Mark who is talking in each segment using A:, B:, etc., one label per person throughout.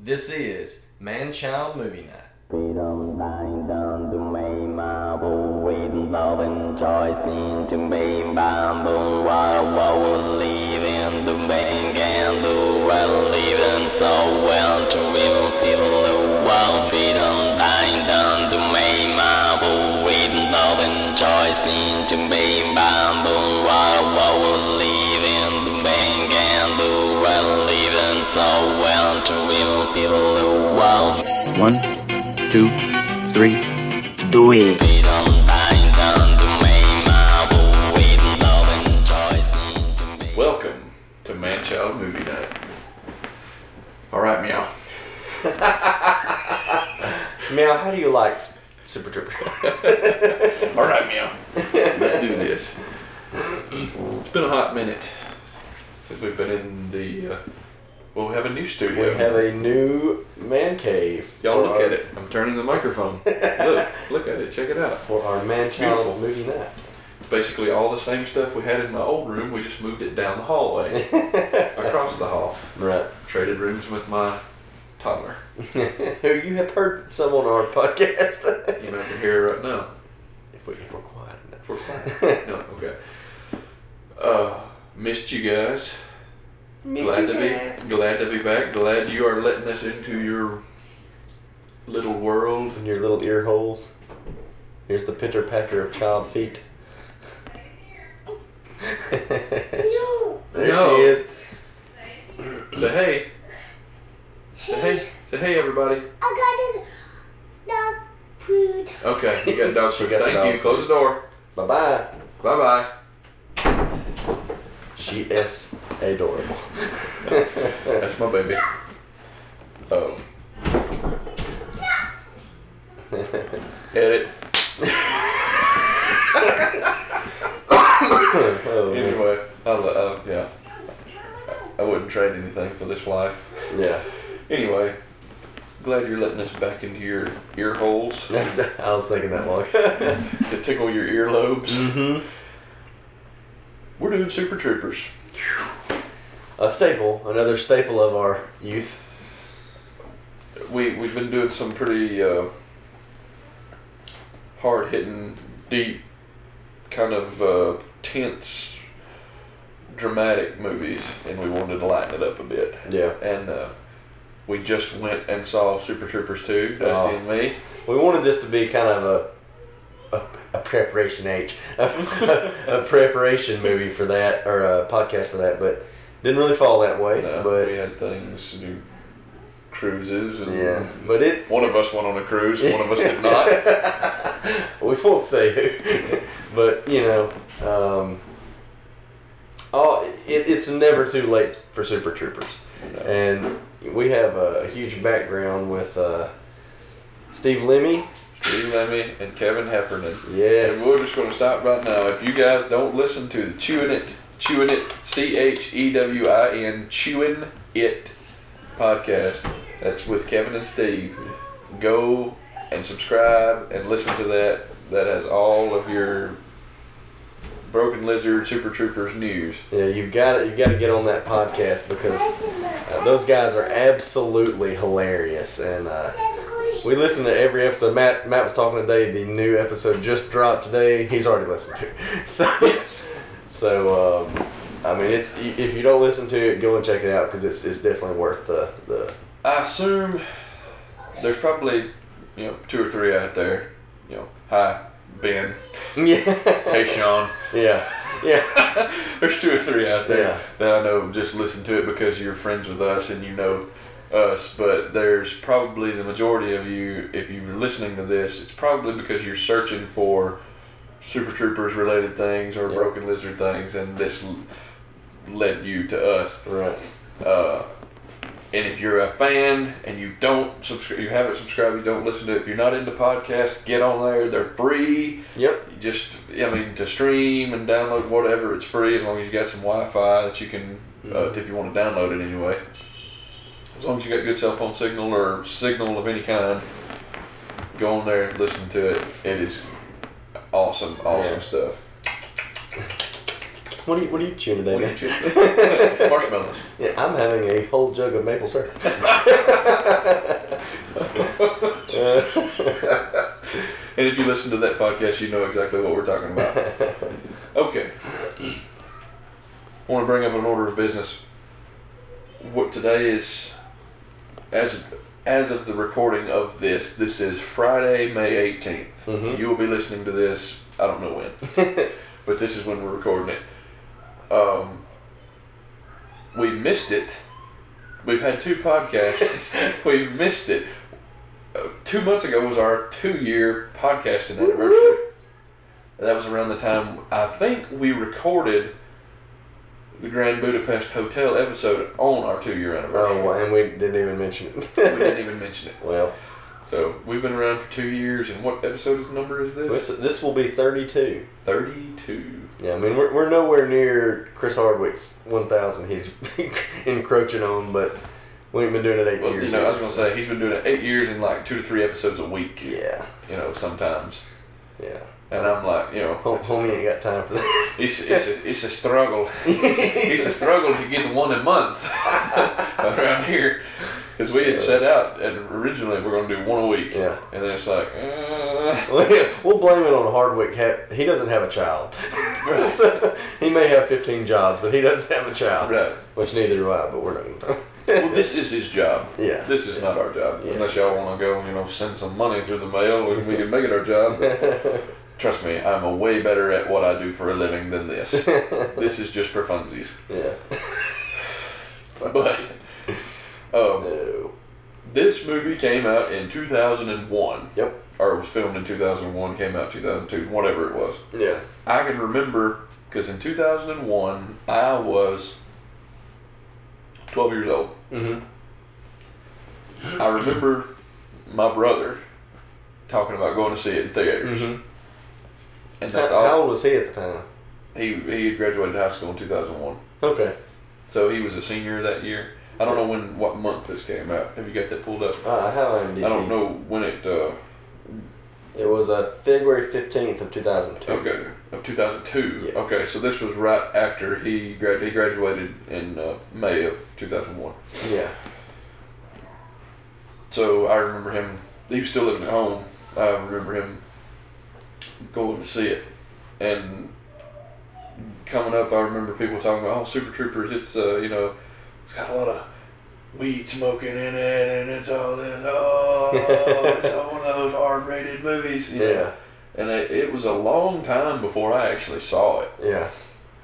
A: This is Man Child Movie Night.
B: Freedom lying down to me, my boo, with love and choice, mean to me, bamboo, while I would leave in the bank and the well, leaving so well to evil, till the world, freedom lying down to me, my boo, with love and choice, mean to me, bamboo, while I would leave in the bank and the well, leaving so well to evil, till the world.
C: One, two, three. Do it.
D: Welcome to Man Child Movie Night. All right, meow.
A: Meow, how do you like Super Trooper?
D: All right, meow. Let's do this. It's been a hot minute since we've been in the. Uh, well, we have a new
A: we
D: studio.
A: have a new man cave.
D: Y'all
A: for
D: look
A: our-
D: at it. I'm turning the microphone. look, look at it. Check it out.
A: For our Man
D: Beautiful.
A: Child Movie Night.
D: It's basically all the same stuff we had in my old room. We just moved it down the hallway, across the hall.
A: Right.
D: Traded rooms with my toddler.
A: Who you have heard some on our podcast.
D: You might can hear her right now.
A: if, we, if we're quiet enough.
D: For fun. no, okay. Uh, missed you guys. glad to be glad to be back. Glad you are letting us into your little world.
A: In your little ear holes. Here's the pitter patter of child feet. There
D: No.
A: she is.
D: Say hey. Say hey. Say hey, everybody.
E: I got this dog food.
D: Okay, you got dog
A: She
D: food.
A: got the
D: Thank
A: dog
D: you. Close the door.
A: Bye bye.
D: Bye bye.
A: She is adorable.
D: That's my baby. Oh. Edit.
A: Oh, man.
D: Anyway, I, lo- uh, yeah. I wouldn't trade anything for this life.
A: yeah.
D: Anyway, glad you're letting us back into your ear holes
A: I was thinking that long.
D: to tickle your earlobes.
A: mm-hmm.
D: We're doing Super Troopers.
A: A staple, another staple of our youth.
D: We we've been doing some pretty uh, hard hitting, deep, kind of uh, tense, dramatic movies, and we wanted to lighten it up a bit.
A: Yeah.
D: And uh, we just went and saw Super Troopers two, Dusty
A: Oh.
D: and me.
A: We wanted this to be kind of a a, a preparation age, a, a preparation movie for that or a podcast for that, but didn't really fall that way.
D: No, uh, we
A: but
D: had things, new cruises, and
A: yeah, but it.
D: One of us went on a cruise, one of us did not.
A: we won't say who, but you know, um, oh, it, it's never too late for Super Troopers, and we have a huge background with uh, Steve Lemmy.
D: Steve Lemmy and Kevin Heffernan.
A: Yes,
D: And we're just going to stop right now. If you guys don't listen to the Chewing It, Chewing It, C H E W I N, Chewing It podcast, that's with Kevin and Steve, go and subscribe and listen to that. That has all of your Broken Lizard Super Troopers news.
A: yeah, you've got it. You've got to get on that podcast because uh, those guys are absolutely hilarious, and uh, we listen to every episode. Matt Matt was talking today. The new episode just dropped today. He's already listened to, it. so. So, um, I mean, it's if you don't listen to it, go and check it out because it's, it's definitely worth the, the.
D: I assume there's probably, you know, two or three out there. You know, hi, Ben.
A: Yeah.
D: Hey, Sean.
A: yeah. Yeah.
D: There's two or three out there
A: Yeah.
D: that I know just listen to it because you're friends with us and you know us. But there's probably the majority of you, if you're listening to this, it's probably because you're searching for Super Troopers related things or
A: Yeah.
D: Broken Lizard things, and this l- led you to us.
A: Right.
D: Uh, and if you're a fan and you don't subscribe, you haven't subscribed, you don't listen to it. If you're not into podcasts, get on there. They're free.
A: Yep.
D: You just, I mean, to stream and download whatever, it's free as long as you got some Wi-Fi that you can, uh,
A: Mhm.
D: if you want to download it anyway. As long as you got good cell phone signal or signal of any kind, go on there, listen to it. It is awesome, awesome
A: Yeah.
D: stuff.
A: What are you, what are you chewing today?
D: What are you
A: man?
D: chewing? Marshmallows.
A: Yeah, I'm having a whole jug of maple syrup.
D: And if you listen to that podcast, you know exactly what we're talking about. Okay. I want to bring up an order of business. What today is, as of, as of the recording of this, this is Friday, May 18th.
A: Mhm.
D: You will be listening to this, I don't know when, but this is when we're recording it. Um, we missed it. We've had two podcasts. We've missed it. Uh, two months ago was our two year podcasting anniversary. And that was around the time I think we recorded the Grand Budapest Hotel episode on our two year anniversary.
A: oh, and we didn't even mention
D: We
A: it.
D: didn't even mention it.
A: well,
D: So we've been around for two years, and what episode's number is
A: this,
D: this?
A: this will be 32.
D: 32.
A: Yeah, I mean, we're, we're nowhere near Chris Hardwick's 1,000 he's encroaching on, but we ain't been doing it eight
D: Well, you
A: years.
D: know, I was
A: either,
D: going to
A: so-
D: say, he's been doing it eight years in like two to three episodes a week,
A: Yeah,
D: you know, sometimes.
A: yeah.
D: And I'm like, you know,
A: Hom- Homie ain't got time for that.
D: It's, it's, a, it's a struggle. It's a struggle to get one a month around here. Because we had set out, and originally we are going to do one a week.
A: Yeah.
D: And then it's like, uh,
A: we'll blame it on Hardwick. Ha- he doesn't have a child.
D: Right.
A: So, he may have 15 jobs, but he doesn't have a child.
D: right.
A: Which neither do I, but we're not going to talk.
D: Well, this is his job.
A: Yeah.
D: This is not our job.
A: Yeah.
D: Unless y'all want to go, you know, send some money through the mail, and we can make it our job. Trust me, I'm a way better at what I do for a living than this. this is just for funsies.
A: yeah.
D: But um,
A: No.
D: this movie came out in 2001.
A: Yep.
D: or it was filmed in 2001, came out 2002, whatever it was.
A: Yeah.
D: I can remember because in 2001 I was 12 years old.
A: Mhm.
D: I remember my brother talking about going to see it in theaters,
A: Mhm.
D: and
A: Mm-hmm. How,
D: that's
A: how
D: all.
A: old was he at the time?
D: He he had graduated high school in 2001,
A: Okay.
D: so he was a senior that year. I don't know when what month this came out. Have you got that pulled up?
A: Uh, how old did
D: I don't
A: he-
D: know when it. Uh,
A: It was uh, February 15th of 2002.
D: Okay, of 2002.
A: Yeah.
D: Okay, so this was right after he grad he graduated in uh, May of 2001.
A: Yeah.
D: So I remember him. He was still living at home. I remember him going to see it, and coming up, I remember people talking about, "Oh, Super Troopers! It's uh, you know, it's got a lot of weed smoking in it, and it's all this. Oh, it's all one of those R-rated movies." you know.
A: Yeah.
D: And it, it was a long time before I actually saw it.
A: Yeah.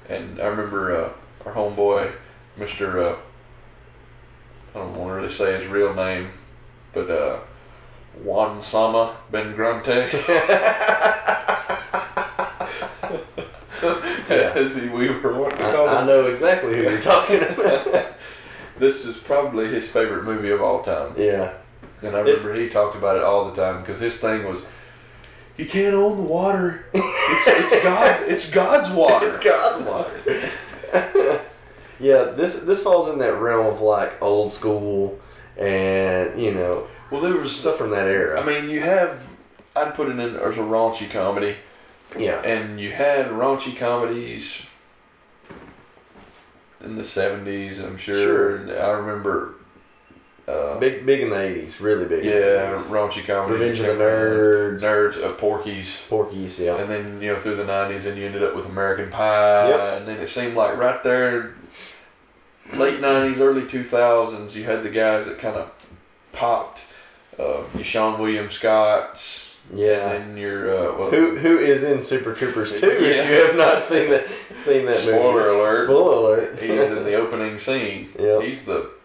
D: And I remember uh, our homeboy, Mr. Uh, I don't want to really say his real name, but uh, Juan Sama Ben Grante. As he, we were wanting
A: I,
D: to call
A: I
D: him.
A: know exactly who you're talking about.
D: This is probably his favorite movie of all time.
A: yeah.
D: And I remember he talked about it all the time because his thing was, "You can't own the water. It's, it's God. It's God's water.
A: It's God's water. yeah, this this falls in that realm of like old school and, you know,
D: Well, there was
A: stuff from that era.
D: I mean, you have. I'd put it in as a raunchy comedy,
A: yeah.
D: and you had raunchy comedies in the seventies. I'm sure.
A: Sure.
D: And I remember. Uh,
A: Big big in the 80s, really big. in the
D: yeah,
A: 80s.
D: raunchy comedies.
A: Revenge of the Nerds.
D: Nerds, uh, Porky's.
A: Porky's, yeah.
D: And then you know through the nineties, and you ended up with American Pie,
A: Yep.
D: and then it seemed like right there, late nineties, early two thousands, you had the guys that kind of popped. Uh, your Sean William Scotts,
A: yeah.
D: and your uh, well,
A: Who who is in Super Troopers two?
D: Yeah.
A: If you have not seen that seen that movie.
D: Spoiler alert.
A: Spoiler alert.
D: he is in the opening scene.
A: Yep.
D: He's the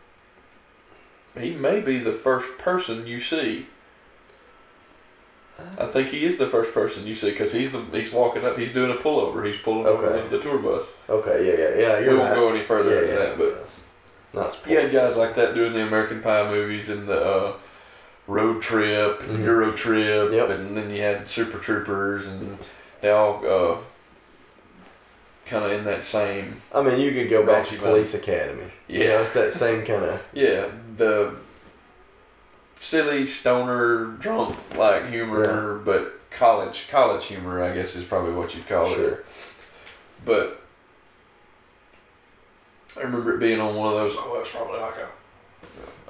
D: he may be the first person you see. I think he is the first person you see because he's the he's walking up. He's doing a pullover. He's pulling
A: Okay.
D: over the tour bus.
A: okay, yeah, yeah, yeah. You're
D: we won't
A: right.
D: go any further
A: yeah,
D: than
A: yeah,
D: that. But
A: yes. not
D: you
A: spoiler.
D: had guys like that doing the American Pie movies and the uh, Road Trip, and Euro Trip,
A: Mm-hmm. Yep.
D: and then you had Super Troopers, and they all uh, kind of in that same
A: I mean, you could go back to
D: Raunchy
A: Police Academy. you know,
D: Yeah.
A: it's that same kind of
D: Yeah, the silly stoner drunk like humor, but college college humor, I guess, is probably what you'd call it.
A: sure.
D: But I remember it being on one of those. Oh, that's probably like a,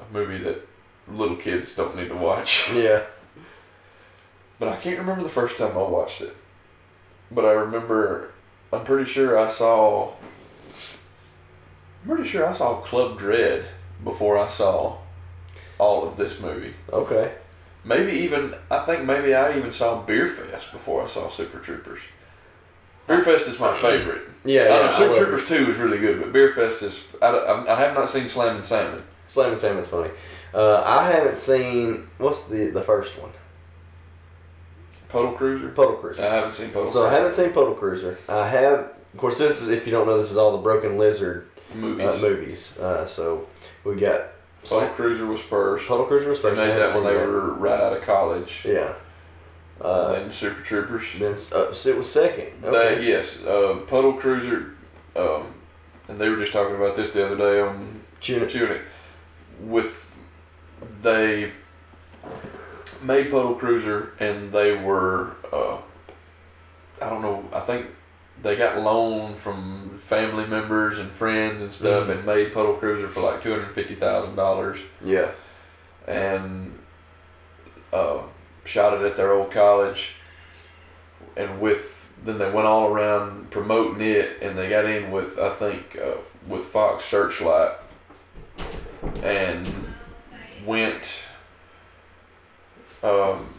D: a movie that little kids don't need to watch.
A: Yeah.
D: But I can't remember the first time I watched it. But I remember, I'm pretty sure I saw. I'm pretty sure I saw Club Dread before I saw all of this movie.
A: Okay.
D: Maybe even I think maybe I even saw Beerfest before I saw Super Troopers. Beerfest is my favorite.
A: Yeah.
D: I
A: yeah
D: know
A: I
D: Uh, Super
A: love
D: Troopers Two is really good, but Beerfest is I, I, I have not seen Slam and Salmon.
A: Slam and Salmon's funny. Uh, I haven't seen what's the the first one?
D: Puddle Cruiser.
A: Puddle
D: I
A: Cruiser.
D: haven't seen Puddle.
A: So I haven't seen Puddle Cruiser. I have, of course, this is if you don't know, this is all the Broken Lizard
D: Cruiser movies.
A: uh, movies. Uh, so we got
D: Puddle Cruiser was first.
A: Puddle Cruiser was
D: They
A: first. I
D: made
A: haven't
D: that when
A: seen
D: they
A: that.
D: were right out of college.
A: Yeah.
D: Uh,
A: Uh,
D: then Super Troopers.
A: then s- uh, so it was second.
D: They- yes, uh, Puddle Cruiser, um, and they were just talking about this the other day on
A: Tune it.
D: Tuning. With they made Puddle Cruiser, and they were uh, I don't know. I think they got loan from family members and friends and stuff,
A: Mhm.
D: and made Puddle Cruiser for like two hundred fifty thousand dollars
A: Yeah.
D: and uh, shot it at their old college. And with then they went all around promoting it, and they got in with I think uh, with Fox Searchlight, and went um,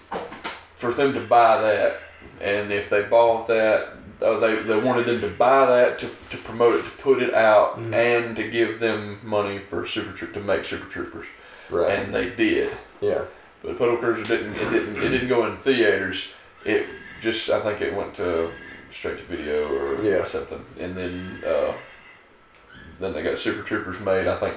D: for them to buy that. And if they bought that, uh, they, they wanted them to buy that to, to promote it, to put it out,
A: Mhm.
D: and to give them money for Super Troop to make Super Troopers
A: Right.
D: and they did.
A: yeah.
D: But Puddle Cruiser didn't. It didn't. It didn't go in theaters. It just. I think it went to straight to video or
A: Yeah.
D: something. And then uh, then they got Super Troopers made. I think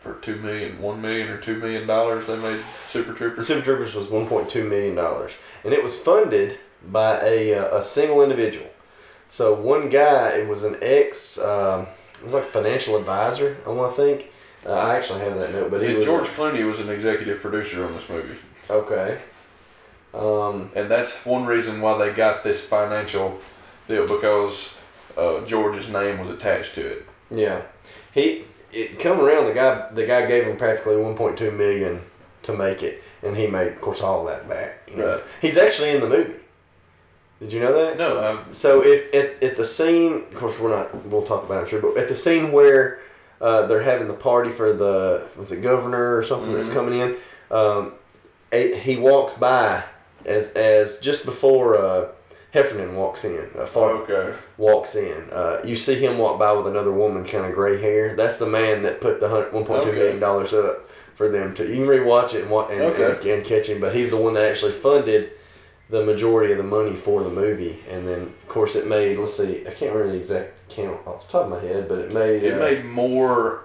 D: for two million, one million or two million dollars, they made Super
A: The
D: Troopers.
A: Super Troopers was 1.2 million dollars, and it was funded by a uh, a single individual. So one guy, it was an ex, um, it was like a financial advisor. I want to think. Uh, I actually have that note, but he
D: See,
A: was
D: George Clooney was an executive producer on this movie,
A: okay. Um,
D: and that's one reason why they got this financial deal because uh, George's name was attached to it.
A: yeah, he it come around. The guy the guy gave him practically 1.2 million to make it, and he made, of course, all that back. You know?
D: Right.
A: He's actually in the movie. Did you know that?
D: No, I,
A: So if at, at the scene, of course we're not. We'll talk about it, I'm sure. But at the scene where uh, they're having the party for the was it governor or something that's
D: Mhm.
A: coming in, um, a, he walks by as as just before uh, Heffernan walks in. Uh, Far
D: Oh, okay.
A: walks in. Uh, you see him walk by with another woman, kind of gray hair. That's the man that put the hun- one point two
D: Okay.
A: million dollars up for them to. You can rewatch it and, wa- and,
D: Okay.
A: and and catch him, but he's the one that actually funded the majority of the money for the movie. And then, of course, it made. Let's see, I can't remember the exact count off the top of my head, but it made.
D: It
A: uh,
D: made more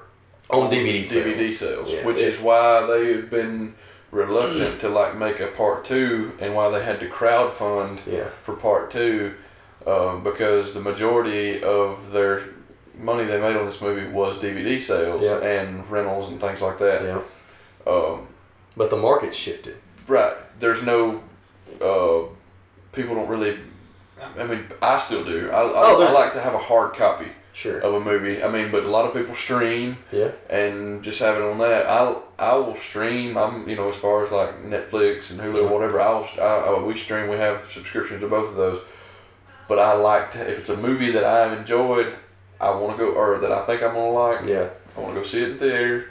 A: on DVD sales.
D: DVD sales,
A: Yeah.
D: which is
A: It-
D: why they've been reluctant to like make a part two, and why they had to crowdfund
A: yeah,
D: for part two, um, because the majority of their money they made on this movie was DVD sales
A: Yeah.
D: and rentals and things like that.
A: yeah.
D: Um,
A: But the market shifted.
D: right? There's no uh, people don't really. I mean, I still do. I, I,
A: Oh,
D: I
A: there's-
D: like to have a hard copy
A: Sure.
D: of a movie. I mean, but a lot of people stream.
A: Yeah.
D: and just having on that, I I will stream. I'm you know as far as like Netflix and Hulu or whatever. I'll I, I, we stream. We have subscriptions to both of those. But I like to if it's a movie that I've enjoyed, I want to go or that I think I'm gonna like.
A: Yeah.
D: I want to go see it in theater,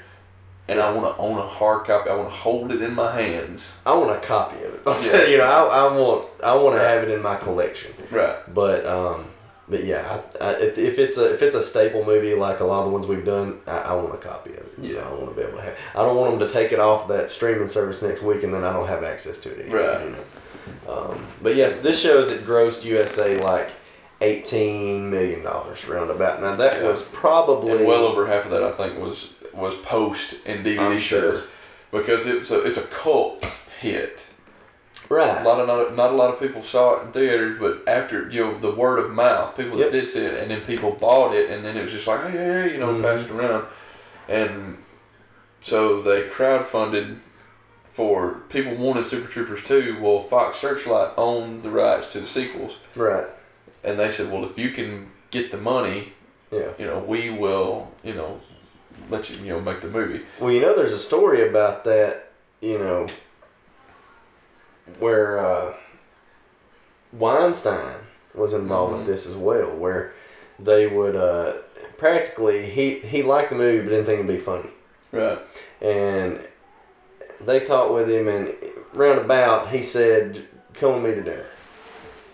D: and I want to own a hard copy. I want to hold it in my hands.
A: I want a copy of it.
D: Yeah.
A: you know, I, I want I want to have it in my collection.
D: Right.
A: But um, but yeah, I, I, if, if it's a if it's a staple movie like a lot of the ones we've done, I, I want a copy of it. You know, I want to be able to have. I don't want them to take it off that streaming service next week, and then I don't have access to it. Either,
D: Right.
A: You know? um, but yes, this shows it grossed USA like eighteen million dollars roundabout. Now that
D: Yeah.
A: was probably
D: And well over half of that I think was was post and DVD
A: I'm sure.
D: shows, because it's a it's a cult hit.
A: right.
D: A lot of not, not a lot of people saw it in theaters, but after you know the word of mouth, people
A: Yep.
D: that did see it, and then people bought it, and then it was just like, hey, yeah, you know,
A: Mhm.
D: passed around, and so they crowdfunded for people wanted Super Troopers two. Well, Fox Searchlight owned the rights to the sequels,
A: right.
D: and they said, well, if you can get the money
A: Yeah.
D: you know, we will, you know, let you, you know, make the movie.
A: Well, you know, there's a story about that, you know, where uh, Weinstein was involved with this as well, where they would uh, practically, he, he liked the movie but didn't think it'd be funny.
D: Right.
A: And they talked with him, and roundabout, he said, Come with me to dinner.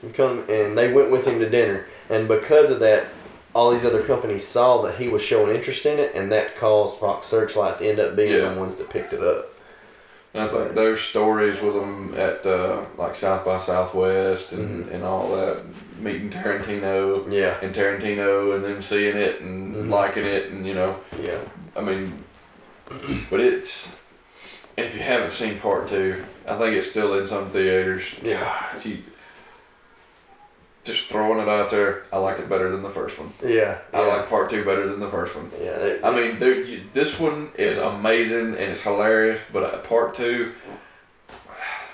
A: You Come, and they went with him to dinner. And because of that, all these other companies saw that he was showing interest in it, and that caused Fox Searchlight to end up being
D: Yeah.
A: the ones that picked it up.
D: And I think there's stories with them at uh, like South by Southwest and, and all that, meeting Tarantino
A: Yeah,
D: and Tarantino and them seeing it and
A: Mhm.
D: liking it and you know,
A: yeah.
D: I mean, but it's if you haven't seen part two, I think it's still in some theaters.
A: Yeah.
D: God, you- just throwing it out there, I liked it better than the first one.
A: Yeah, yeah.
D: I like part two better than the first one.
A: yeah, they-
D: I mean, there, you, this one is amazing and it's hilarious, but uh, part two,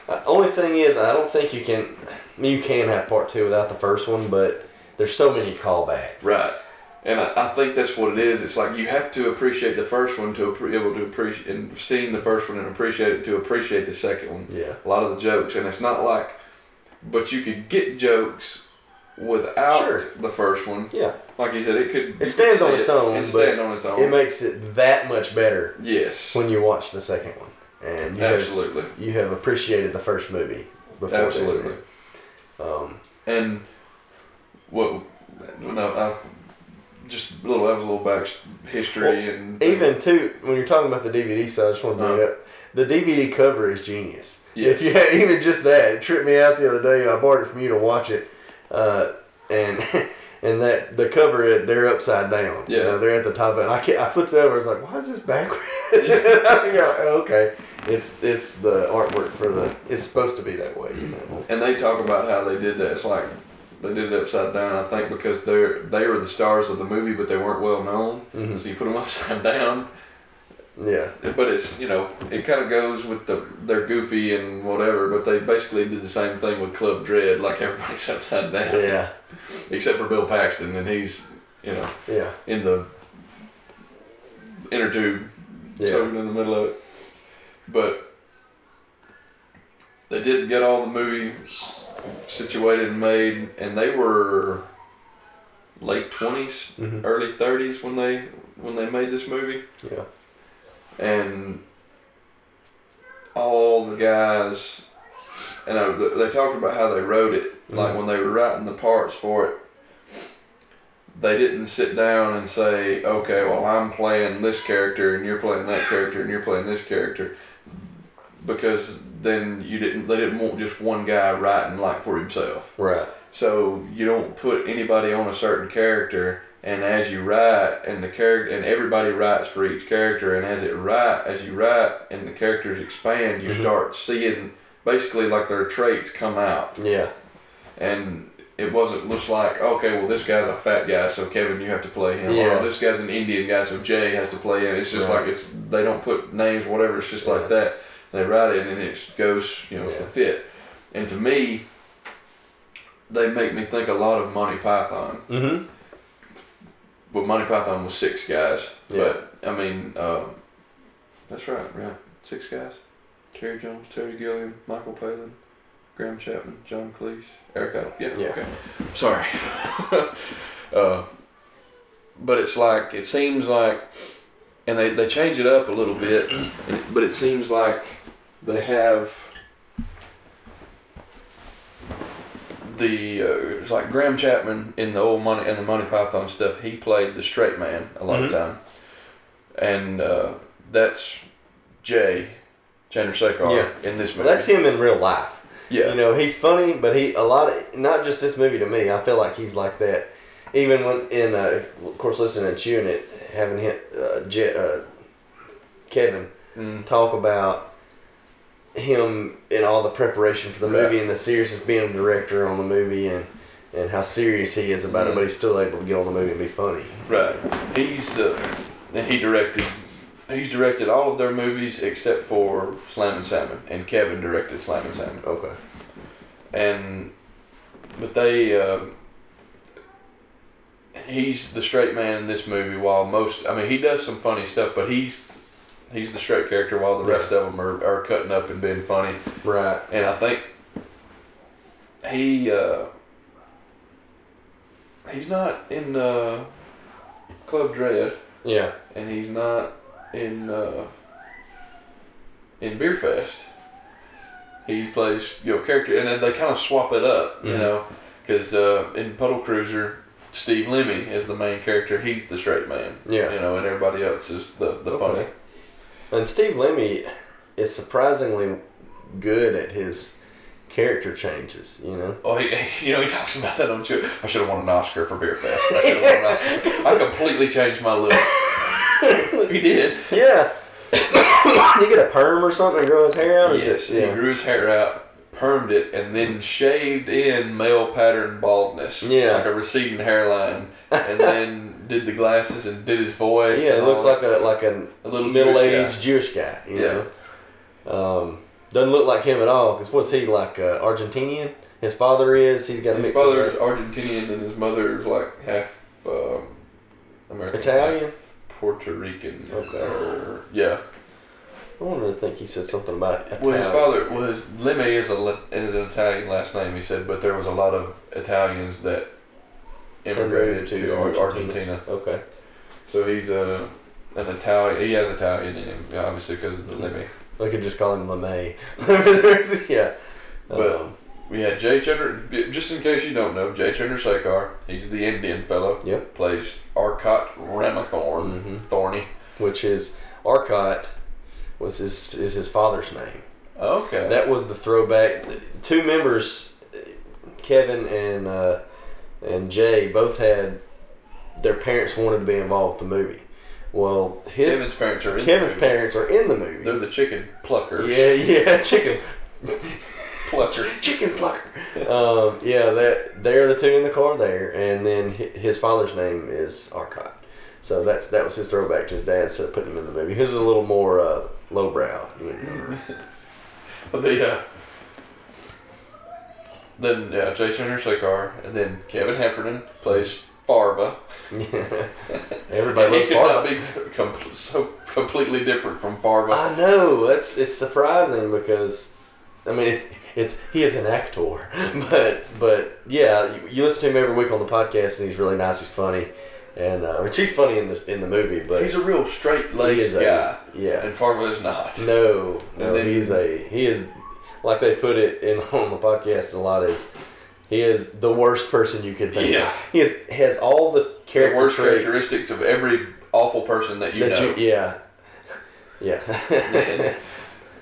A: Uh, Only thing is, I don't think you can. I mean, You can have part two without the first one, but there's so many callbacks.
D: right? And I, I think that's what it is. It's like you have to appreciate the first one to appre- able to appreciate and seeing the first one and appreciate it to appreciate the second one.
A: Yeah.
D: A lot of the jokes, and it's not like, but you could get jokes without
A: Sure.
D: the first one.
A: Yeah.
D: Like you said, it could. you could
A: stands on
D: see
A: its
D: it
A: own,
D: And
A: but
D: stand on its own.
A: It makes it that much better
D: yes.
A: when you watch the second one, and you have,
D: Absolutely.
A: you have appreciated the first movie before. doing
D: Absolutely.
A: it. Um,
D: And what? No, I just a little. That was a little back history and
A: even too, when you're talking about the DVD side, I just want to bring it
D: Uh-huh.
A: up. The DVD cover is genius.
D: Yeah.
A: If you had even just that, it tripped me out the other day. I borrowed it from you to watch it, uh, and and that the cover they're upside down. You
D: Yeah.
A: know, they're at the top. And I can't, I flipped it over. I was like, why is this backwards? yeah. Okay. It's it's the artwork for the. It's supposed to be that way. You know.
D: And they talk about how they did that. It's like they did it upside down. I think because they're they were the stars of the movie, but they weren't well known.
A: Mhm.
D: So you put them upside down.
A: Yeah.
D: But it's you know it kind of goes with the they're goofy and whatever. But they basically did the same thing with Club Dread. Like everybody's upside down.
A: Yeah.
D: Except for Bill Paxton, and he's you know
A: Yeah.
D: in the inner tube,
A: Yeah.
D: soaking in the middle of it. But they did get all the movie situated and made, and they were late 20s
A: Mhm.
D: early thirties when they when they made this movie,
A: Yeah.
D: and all the guys. And I, they talked about how they wrote it, like
A: Mhm.
D: when they were writing the parts for it they didn't sit down and say, okay, well, I'm playing this character and you're playing that character and you're playing this character, because then you didn't. They didn't want just one guy writing like for himself.
A: Right.
D: So you don't put anybody on a certain character, and as you write, and the character, and everybody writes for each character, and as it write, as you write, and the characters expand, you
A: Mhm.
D: start seeing basically like their traits come out
A: Yeah.
D: and it wasn't just like okay well this guy's a fat guy so kevin you have to play him
A: Yeah.
D: or this guy's an indian guy so jay has to play him it's just
A: Right.
D: like it's they don't put names whatever it's just
A: Yeah.
D: like that they write it and it goes you know to
A: Yeah.
D: fit and to me they make me think a lot of monty python
A: Mm-hmm.
D: but monty python was six guys
A: Yeah.
D: but i mean um, that's right right six guys terry jones terry gilliam michael palin graham chapman john cleese eric Idle. yeah,
A: Yeah.
D: okay sorry. uh, but it's like it seems like, and they they change it up a little bit, and it- but it seems like they have the uh, it's like Graham Chapman in the old money and the Monty Python stuff. He played the straight man a lot
A: Mhm.
D: of time, and uh, that's Jay. Chandler Sekar
A: Yeah.
D: in this movie.
A: Well, that's him in real life.
D: Yeah.
A: You know, he's funny, but he a lot of not just this movie to me. I feel like he's like that. Even when in uh, of course listening to chewing it, having him, uh, Je- uh, Kevin
D: Mm.
A: talk about him and all the preparation for the
D: Right.
A: movie and the seriousness being a director on the movie and and how serious he is about it,
D: Mhm.
A: but he's still able to get on the movie and be funny.
D: Right. He's uh, and he directed. He's directed all of their movies except for Slam and Salmon, and Kevin directed Slam and Salmon.
A: Okay.
D: And but they, uh, he's the straight man in this movie. While most, I mean, he does some funny stuff, but he's he's the straight character. While the rest of them are, are cutting up and being funny.
A: Right.
D: And I think he uh, he's not in uh, Club Dread,
A: Yeah.
D: and he's not in uh, in Beerfest. He plays you know character, and then they kind of swap it up, you
A: Mhm.
D: know, because uh, in Puddle Cruiser, Steve Lemmy is the main character. He's the straight man,
A: Yeah.
D: you know, and everybody else is the the funny.
A: Okay. And Steve Lemmy is surprisingly good at his character changes, you know?
D: Oh, he, he- you know, he talks about that on Twitter. I should have won an Oscar for Beer Fest. I should have won an Oscar. I completely changed my look. he did.
A: Yeah. you get a perm or something and grow his hair out? Or
D: Yes,
A: is it-
D: he
A: yeah.
D: grew his hair out, permed it, and then shaved in male pattern baldness.
A: Yeah.
D: Like a receding hairline. And then did the glasses and did his voice.
A: Yeah,
D: and
A: it looks
D: all
A: like a like a,
D: A little
A: middle
D: Jewish
A: aged Jewish guy. You
D: Yeah.
A: know, um, doesn't look like him at all. Because what's he like? Uh, Argentinian? His father is. He's got a
D: His
A: mix
D: father
A: of
D: is Argentinian and his mother is like half um, American. half
A: Italian.
D: Puerto Rican.
A: Okay.
D: Or, yeah.
A: I wanted to think he said something about Italian.
D: Well, his father was Lemmy is a Li- is an Italian last name. He said, but there was a lot of Italians that immigrated to, Ar- Argentina.
A: Okay.
D: So he's a an Italian. He has Italian in him, yeah, obviously, because of the
A: Mm-hmm.
D: Lemmy.
A: They could just call him LeMay. yeah. Um,
D: But- We had Jay Chandra. Just in case you don't know, Jay Chandra Sekar. He's the Indian fellow.
A: Yep.
D: Plays Arcot Ramathorn,
A: Mhm.
D: Thorny.
A: which is Arcot was his is his father's name.
D: Okay.
A: That was the throwback. Two members, Kevin and uh, and Jay, both had their parents wanted to be involved with the movie. Well, his
D: Kevin's parents are. in the
A: Kevin's
D: movie.
A: parents are in the movie.
D: They're the chicken pluckers.
A: yeah, yeah, chicken,
D: Plucker.
A: chicken plucker. um, yeah, that they're the two in the car there, and then hi- his father's name is Arcot. So that's that was his throwback to his dad, so putting him in the movie. His is a little more uh, lowbrow. You know.
D: the uh, then yeah, Jason Hershikar, and then Kevin Heffernan plays Farba.
A: Everybody loves
D: he could
A: Fargo.
D: not be com- so completely different from Farba.
A: I know that's it's surprising because I mean it, it's he is an actor, but but yeah, you, you listen to him every week on the podcast, and he's really nice. He's funny, and uh, which he's funny in the in the movie, but
D: He's a real straight
A: he
D: laced
A: is
D: guy,
A: yeah.
D: and Farba is not.
A: No, no,
D: And then-
A: he's a he is like they put it in on the podcast a lot is. He is the worst person you could think
D: Yeah.
A: of. He is, has all the
D: The
A: character
D: worst
A: traits
D: characteristics of every awful person that you
A: that
D: know.
A: you, yeah, yeah,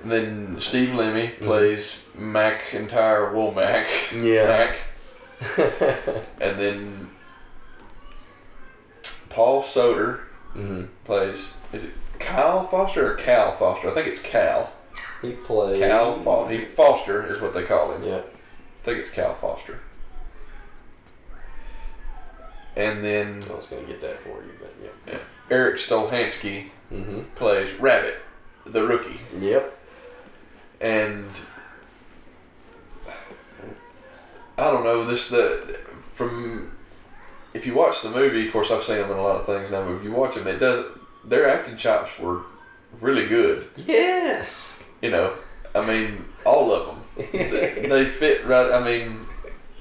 D: And then Steve Lemmy plays McIntyre Womack.
A: Yeah.
D: Mac. and then Paul Soder
A: Mhm.
D: plays. Is it Kyle Foster or Cal Foster? I think it's Cal.
A: he plays
D: Cal Foster. He Foster is what they call him.
A: Yeah.
D: I think it's Cal Foster. And then
A: I was gonna get that for you, but yeah.
D: Eric Stolhansky
A: Mm-hmm.
D: plays Rabbit, the rookie.
A: Yep.
D: and I don't know this the from if you watch the movie. Of course, I've seen them in a lot of things now, but if you watch them, it does their acting chops were really good.
A: Yes.
D: You know, I mean, all of them they, they fit right. I mean,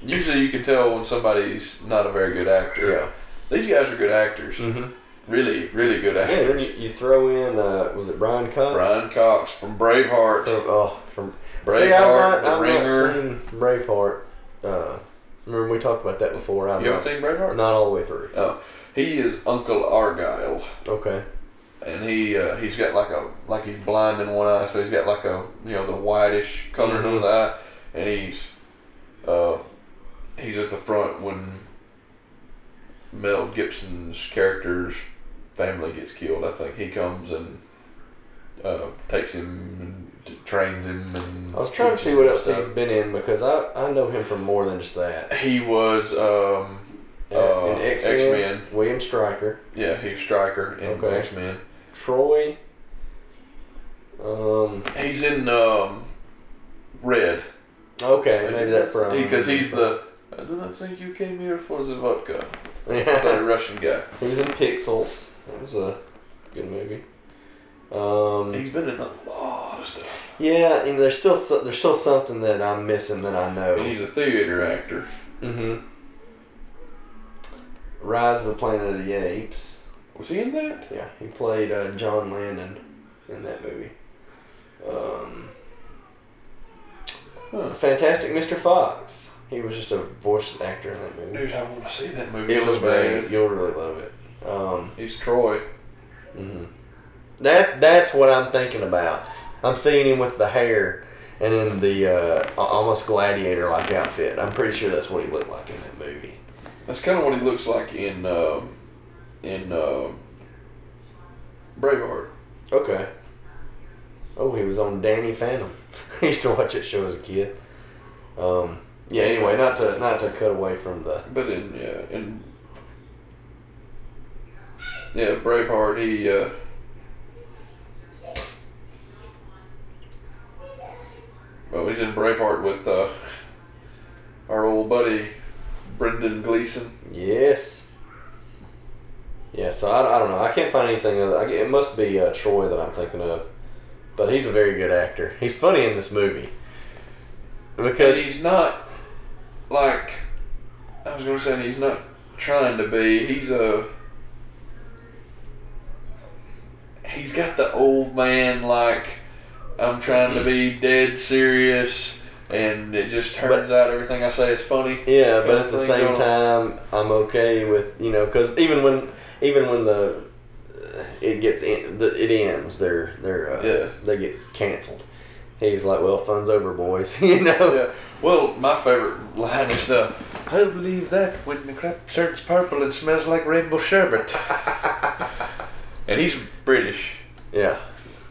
D: usually you can tell when somebody's not a very good actor.
A: Yeah.
D: These guys are good actors,
A: Mm-hmm.
D: really, really good
A: Yeah.
D: actors.
A: Then you, you throw in uh, was it Brian Cox?
D: Brian Cox from Braveheart.
A: From, oh, from
D: Braveheart,
A: See, I'm not,
D: The
A: I'm
D: Ringer.
A: not seen Braveheart. Uh, remember we talked about that before. I'm
D: you haven't
A: not,
D: seen Braveheart?
A: not all the way through.
D: Oh, he is Uncle Argyle,
A: Okay.
D: and he uh, he's got like a like he's blind in one eye, so he's got like a you know the whitish color
A: Mhm.
D: under the eye, and he's uh, he's at the front when Mel Gibson's character's family gets killed. I think he comes and uh, takes him and t- trains him. And
A: I was trying to
D: teaches
A: see what
D: him
A: else he's
D: stuff.
A: been in because I, I know him from more than just that.
D: He was um, uh,
A: In
D: X
A: X-Men,
D: Men.
A: William Stryker,
D: Yeah, he's Striker in
A: Okay.
D: X Men.
A: Troy. Um.
D: He's in um, Red.
A: Okay, maybe that's probably
D: Because he's the I do not think you came here for the vodka. The
A: Yeah.
D: Russian guy.
A: he was in Pixels. That was a good movie. Um,
D: He's been in a lot of stuff.
A: yeah, and there's still so, there's still something that I'm missing that I know.
D: And he's a theater actor.
A: Mm-hmm. Rise of the Planet of the Apes.
D: Was he in that?
A: Yeah, he played uh, John Lennon in that movie. Um,
D: Huh.
A: Fantastic Mr. Fox. He was just a voice actor in that movie.
D: Dude, I want to see that movie.
A: It
D: so
A: was
D: bad.
A: great. You'll really love it. Um,
D: He's Troy.
A: mhm. That that's what I'm thinking about. I'm seeing him with the hair and in the uh, a- almost gladiator-like outfit. I'm pretty sure that's what he looked like in that movie.
D: That's kind of what he looks like in um, in um, Braveheart.
A: Okay. Oh, he was on Danny Phantom. I used to watch that show as a kid. Um, yeah. Anyway, not to not to cut away from the.
D: But in yeah, in yeah, Braveheart, he uh, well, he's in Braveheart with uh, our old buddy Brendan Gleeson.
A: Yes. Yeah, so I, I don't know. I can't find anything. Other, I, it must be uh, Troy that I'm thinking of, but he's a very good actor. He's funny in this movie
D: And
A: because
D: he's not like I was gonna say he's not trying to be. He's a he's got the old man like I'm trying to be dead serious, and it just turns out everything I say is funny.
A: yeah, but at the
D: Everything
A: same
D: going
A: time, I'm okay with you know because even when even when the uh, it gets in, the, it ends, they're they're uh,
D: Yeah.
A: they get canceled. He's like, well, fun's over, boys. you know.
D: Yeah. Well, my favorite line is uh, "I'll believe that when the crap turns purple and smells like rainbow sherbet." and he's British.
A: Yeah.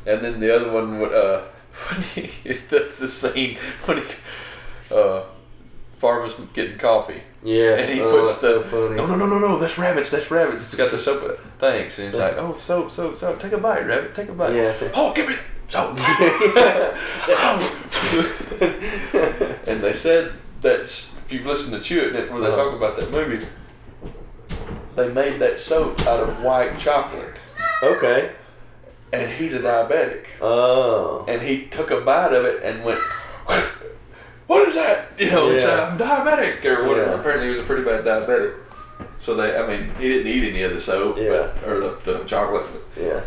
D: And then the other one would uh, when he, that's the scene when he, uh, Farmer's getting coffee,
A: Yes.
D: and he
A: oh,
D: puts
A: it's
D: the
A: so funny.
D: no no no no no that's rabbits that's rabbits it's got the soap uh, thanks and he's like oh soap soap soap take a bite rabbit take a bite
A: Yeah.
D: oh give me soap and they said that s- if you've listened to Chew It Knit, where they
A: Uh-huh.
D: talk about that movie they made that soap out of white chocolate
A: Okay.
D: and he's a diabetic.
A: Oh.
D: and he took a bite of it and went, "What is that?" You know, it's,
A: Yeah.
D: I'm diabetic or whatever.
A: Yeah.
D: Apparently, he was a pretty bad diabetic. So they, I mean, he didn't eat any of the soap
A: Yeah.
D: but, or the, the chocolate.
A: Yeah.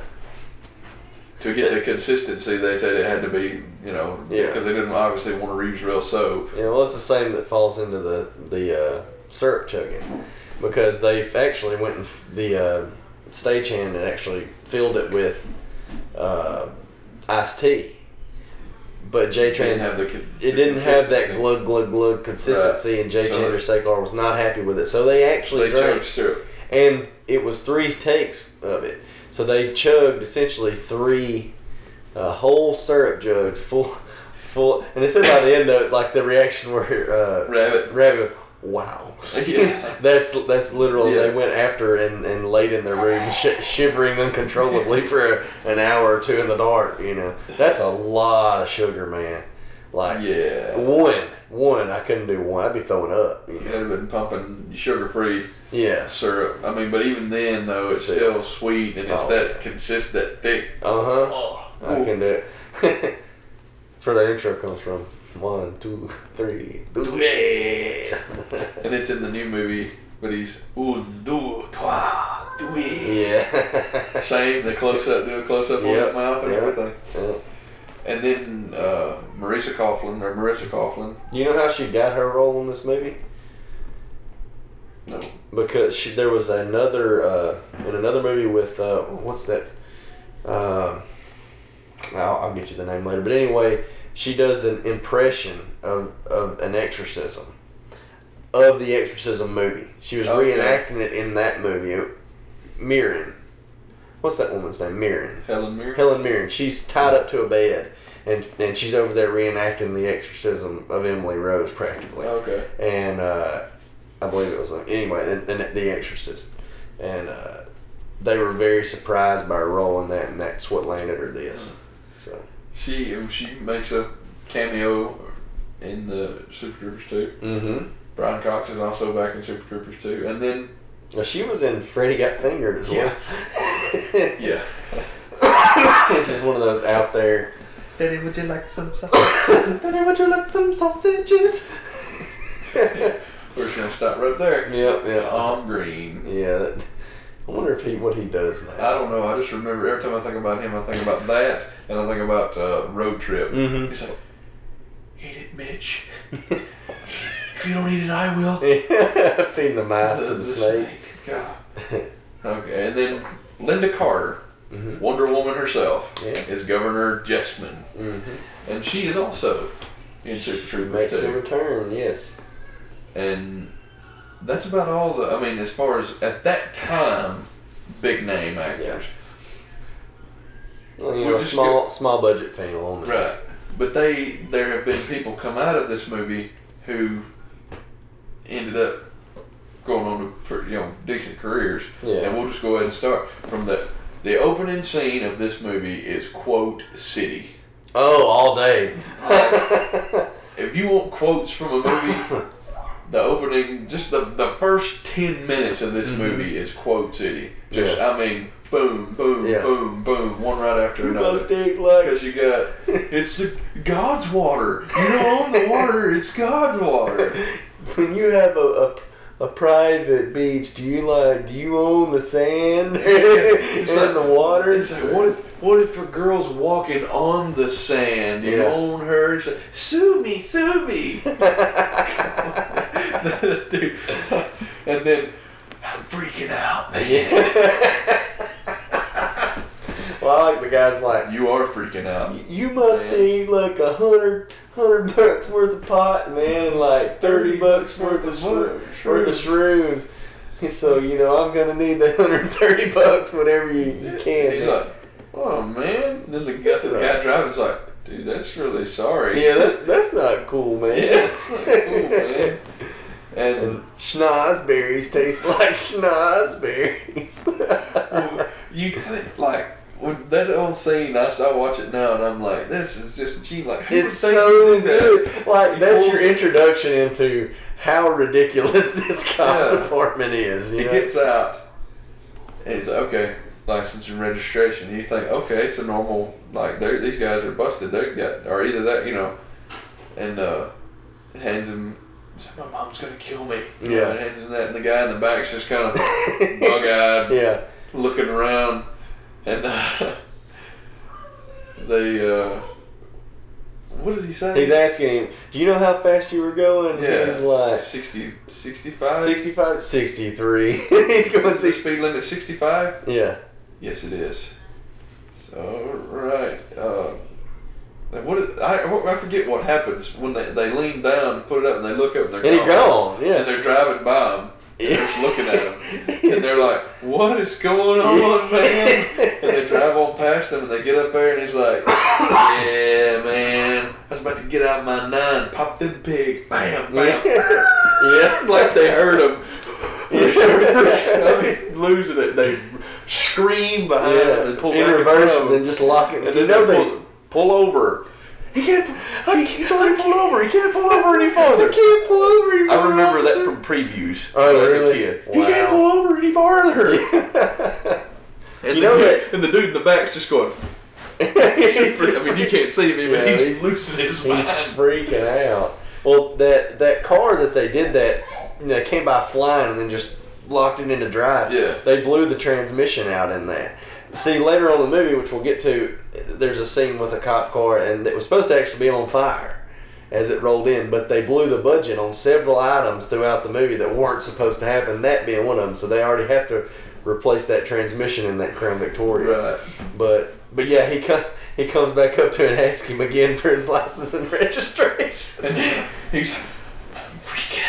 D: To get the consistency, they said it had to be, you know, because
A: Yeah.
D: they didn't obviously want to reuse real soap.
A: Yeah, well, it's the same that falls into the the uh, syrup chugging because they've actually went and f- the uh, stagehand and actually filled it with uh, iced tea, but J
D: Didn't
A: Train
D: have the,
A: it didn't have that glug glug glug consistency, and J
D: So
A: Chandler
D: they-
A: Sekar was not happy with it, so they actually
D: They
A: drank
D: changed syrup.
A: and it was three takes of it. So they chugged essentially three uh, whole syrup jugs full, full, and it said by the end of it, like the reaction where uh,
D: Rabbit.
A: Rabbit was, wow,
D: Yeah.
A: that's that's literal.
D: Yeah.
A: They went after and, and laid in their room, sh- shivering uncontrollably for an hour or two in the dark. You know, that's a lot of sugar, man. Like
D: Yeah.
A: one, one, I couldn't do one. I'd be throwing up. You
D: It
A: know?
D: had been pumping sugar-free
A: Yeah.
D: syrup. I mean, but even then, though, it's
A: Sweet.
D: still sweet and it's
A: Oh,
D: that
A: yeah.
D: consist that thick.
A: Uh huh.
D: Oh,
A: I can do it. That's where that intro comes from. One, two, three, do it.
D: And it's in the new movie, but he's un, deux, trois, deux.
A: yeah.
D: Same, the close up, do a close up on
A: Yep,
D: his mouth and
A: yep.
D: everything.
A: Yeah.
D: And then uh, Marisa Coughlin, or Marissa Coughlin,
A: You know how she got her role in this movie?
D: no,
A: Because she, there was another uh, in another movie with uh, what's that? Um I'll, I'll get you the name later. But anyway, she does an impression of, of an exorcism of the exorcism movie. She was
D: Okay.
A: reenacting it in that movie. Mirren. What's that woman's name? Mirren.
D: Helen Mirren.
A: Helen Mirren. She's tied up to a bed, and and she's over there reenacting the exorcism of Emily Rose practically.
D: Oh, Okay.
A: And uh, I believe it was like, anyway, and, and the Exorcist, and uh, they were very surprised by her role in that, and that's what landed her this. So.
D: um, She she makes a cameo in the Super Troopers 2.
A: Mm-hmm.
D: Brian Cox is also back in Super Troopers too, and then
A: Well, she was in Freddy Got Fingered as well.
D: yeah,
A: Which is one of those out there.
D: Daddy, would you like some stuff?
A: Daddy, would you like some sausages? yep,
D: We're just gonna stop right there.
A: yeah.
D: Tom Green.
A: Yeah. that- I wonder if he what he does now.
D: I don't know. I just remember every time I think about him, I think about that, and I think about uh, Road Trip.
A: Mhm.
D: He's like, "Eat it, Mitch. if you don't eat it, I will."
A: Feeding the mice
D: The-
A: to the
D: the
A: snake.
D: God. okay, and then Linda Carter,
A: Mhm.
D: Wonder Woman herself,
A: Yeah.
D: is Governor Jessamine,
A: Mm-hmm.
D: and she is also in Super Troopers
A: Makes a
D: too.
A: return, yes.
D: And that's about all the. I mean, as far as at that time, big name actors.
A: Well, you
D: We
A: know, a
D: just
A: small small budget film.
D: Right. But they there have been people come out of this movie who ended up going on to pretty, you know decent careers.
A: Yeah.
D: And we'll just go ahead and start from the the opening scene of this movie is quote city.
A: Oh, all day.
D: If you want quotes from a movie, the opening just the the first ten minutes of this movie is quote city.
A: Mm-hmm.
D: Just
A: Yeah.
D: I mean boom boom
A: Yeah.
D: boom boom one right after
A: You
D: another.
A: must eat like
D: Because you got it's the, God's water. You don't own the water. It's God's water.
A: when you have a, a a private beach. Do you like? Do you own the sand and
D: like-
A: the water?
D: It's like, what if what if a girl's walking on the sand? You
A: Yeah.
D: own her. It's like, sue me, sue me. Dude. and then I'm freaking out, man.
A: well, I like the guys like.
D: You are freaking out.
A: You must
D: Man.
A: eat like a hundred hundred bucks worth of pot, man, and like thirty bucks worth of shro-
D: Shrooms.
A: worth of shrooms. And so you know I'm gonna need the hundred thirty bucks, whatever you, you can.
D: And he's
A: man.
D: like, oh man. And then the guy, the guy driving's like, dude, that's really sorry.
A: yeah, that's that's not cool, man.
D: Yeah, it's not cool, man.
A: And
D: And
A: schnozberries taste like schnozberries.
D: you think like when that old scene, I, I watch it now and I'm like, this is just gee, like who would
A: it's
D: think you
A: so
D: did that?
A: good. Like
D: He
A: that's
D: pulls
A: your
D: it-
A: introduction into how ridiculous this cop
D: Yeah.
A: department is.
D: He
A: You know?
D: gets out and he's like, okay, license and registration. You think, okay, it's a normal like they these guys are busted. They got or either that you know, and uh, hands him. he's like, My mom's gonna kill me. You know,
A: Yeah.
D: and hands him that, and the guy in the back's just kind of bug-eyed,
A: yeah,
D: looking around, and uh, they. Uh, what does he say?
A: he's asking him, "Do you know how fast you were going?"
D: yeah,
A: He's like
D: 60, 65?
A: 65, 63. he's going
D: Is the
A: 60.
D: speed limit 65?
A: Yeah,
D: Yes, it is. So, right. Uh, and what did- I, what- I forget what happens when they, they lean down, put it up, and they look up, and they're
A: and he
D: gone.
A: gone.
D: And
A: Yeah,
D: they're driving by him. They're just looking at him. And they're like, what is going on, man? And they drive on past him and they get up there and he's like, yeah, man. I was about to get out my nine, pop them pigs. Bam, bam.
A: yeah, yeah.
D: like they heard him. I mean, losing it. They scream behind him and pull
A: in
D: back in
A: reverse and
D: front of him.
A: then just lock it.
D: And
A: you
D: then
A: know
D: they
A: they,
D: pull, pull over. He can't. He, he's already pulled over. He can't pull over any
A: I
D: farther.
A: can't pull over you.
D: I remember that from previews.
A: Oh,
D: when I was a
A: really?
D: kid.
A: Wow.
D: He can't pull over any farther. And
A: You
D: the
A: know
D: dude-
A: that-
D: And the dude in the back's just going. I mean, you can't see me, but
A: Yeah,
D: he's,
A: he's-
D: losing his
A: He's
D: mind.
A: freaking out. Well, that that car that they did that you know, came by flying and then just locked it into drive.
D: Yeah.
A: They blew the transmission out in that. See later on in the movie, which we'll get to, there's a scene with a cop car and it was supposed to actually be on fire as it rolled in, but they blew the budget on several items throughout the movie that weren't supposed to happen. That being one of them, so they already have to replace that transmission in that Crown Victoria.
D: Right.
A: But but yeah, he co- he comes back up to her and asks him again for his license and registration.
D: And he's like, I'm freaking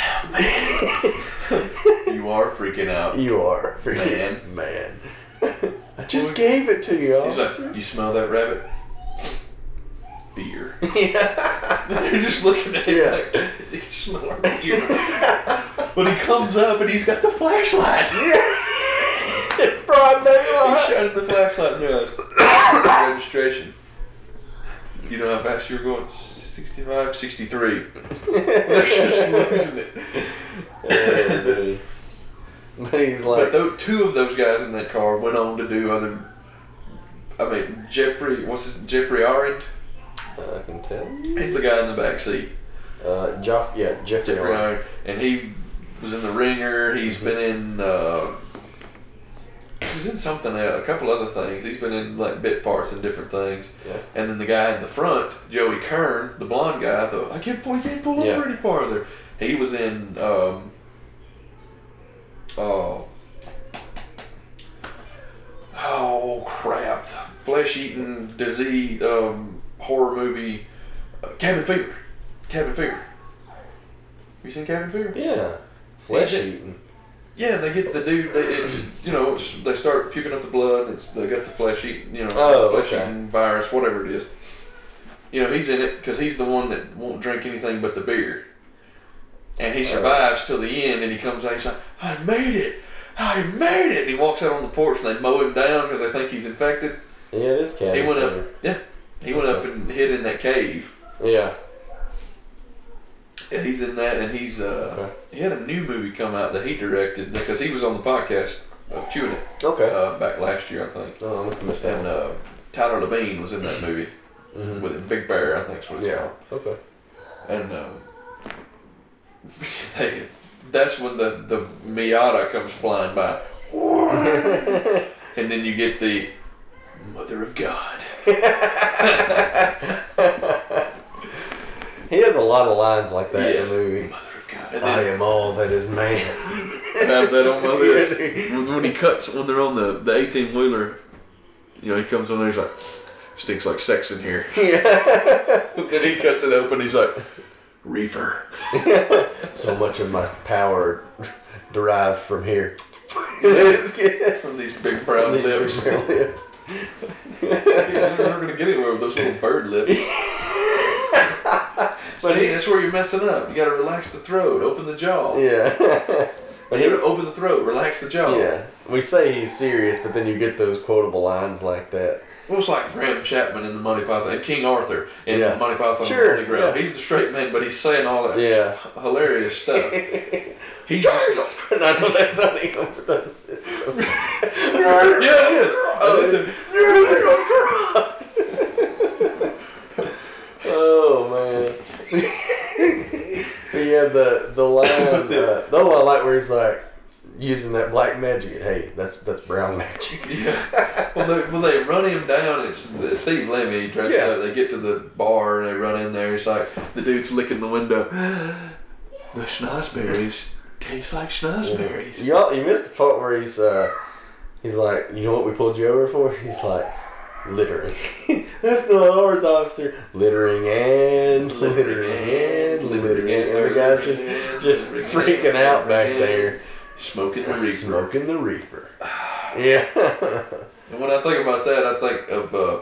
D: out, man. you are freaking out.
A: You are
D: Man.
A: man. I just gave it to you,
D: He's
A: officer.
D: like, you smell that rabbit? Beer.
A: yeah.
D: They're just looking at him
A: Yeah.
D: like, they smell our beer. but he comes up and he's got the flashlight.
A: Broad
D: He
A: daylight.
D: shined the flashlight in their eyes. registration. Do you know how fast you were going? 65, 63. They're just losing it.
A: Uh, but he's like,
D: But though, two of those guys in that car went on to do other. I mean, Jeffrey, what's his Jeffrey Arendt?
A: I can tell.
D: He's the guy in the back seat.
A: Uh, Jeff, yeah, Jeffrey.
D: Jeffrey
A: Arnold.
D: Arendt, and he was in The Ringer. He's
A: Mm-hmm.
D: been in. Uh, he's in something, else, a couple other things. He's been in like bit parts and different things.
A: Yeah.
D: And then the guy in the front, Joey Kern, the blonde guy, though I can't, I can't pull over
A: Yeah.
D: any farther. He was in. Um, oh. Oh crap! Flesh-eating disease um, horror movie, uh, Cabin Fever. Cabin Fever. You seen Cabin Fever?
A: Yeah. Flesh eating.
D: Yeah, they get the dude. They, it, you know, it's, they start puking up the blood. It's they got the flesh eating, you know,
A: Oh,
D: flesh
A: okay.
D: eating virus, whatever it is. You know, he's in it because he's the one that won't drink anything but the beer, and
A: Oh.
D: he survives till the end. And he comes out. He's like, "I made it, I made it." And he walks out on the porch and they mow him down because they think he's infected.
A: Yeah, this cat.
D: He went up, yeah, he went up and hid in that cave.
A: Yeah.
D: And he's in that, and he's uh, he had a new movie come out that he directed because he was on the podcast of Chewing It.
A: Okay.
D: uh, back last year, I think.
A: oh, I must have missed that
D: And
A: one.
D: uh, Tyler Labine was in that movie with him. Big Bear, I think is what it's
A: Mm-hmm. Yeah.
D: called.
A: Okay.
D: And um, they, that's when the, the Miata comes flying by. and then you get the Mother of God.
A: He has a lot of lines like that
D: Yes.
A: in the movie.
D: Mother of God. And
A: I
D: then
A: am all that is man.
D: have that on my list.
A: Yes.
D: When when he cuts, when they're on the, the 18 wheeler, you know, he comes on there, he's like, stinks like sex in here. then he cuts it open, he's like, reefer.
A: so much of my power derived from here. It's good.
D: from these big brown lips. yeah, they're never gonna get anywhere with those little bird lips. but hey, that's where you're messing up. You gotta relax the throat, open the jaw.
A: yeah. but
D: You
A: he,
D: gotta open the throat, relax the jaw.
A: yeah. We say he's serious, but then you get those quotable lines like that.
D: Well, it's like Graham Chapman in the Monty Python, King Arthur in
A: Yeah.
D: the Monty Python
A: Sure,
D: Holy Grail.
A: yeah.
D: He's the straight man, but he's saying all that
A: Yeah.
D: hilarious stuff. He's just,
A: no, no, that's not even what that is.
D: yeah, it is. It is.
A: Oh man. but yeah, the the line, uh, the one I like where he's like using that black magic. Hey, that's that's brown magic.
D: Yeah. Well, they, well, they run him down. It's the- Steve Lemmy dressed
A: Yeah.
D: up. They get to the bar and they run in there. It's like the dude's licking the window. The schnozberries taste like schnozberries.
A: Y'all, you missed the part where he's uh, he's like, you know what we pulled you over for? He's like, littering. that's not ours, officer. Littering and littering and littering, and the guy's just just freaking out back there,
D: Smoking the reefer.
A: smoking the reefer. Yeah.
D: And when I think about that, I think of uh,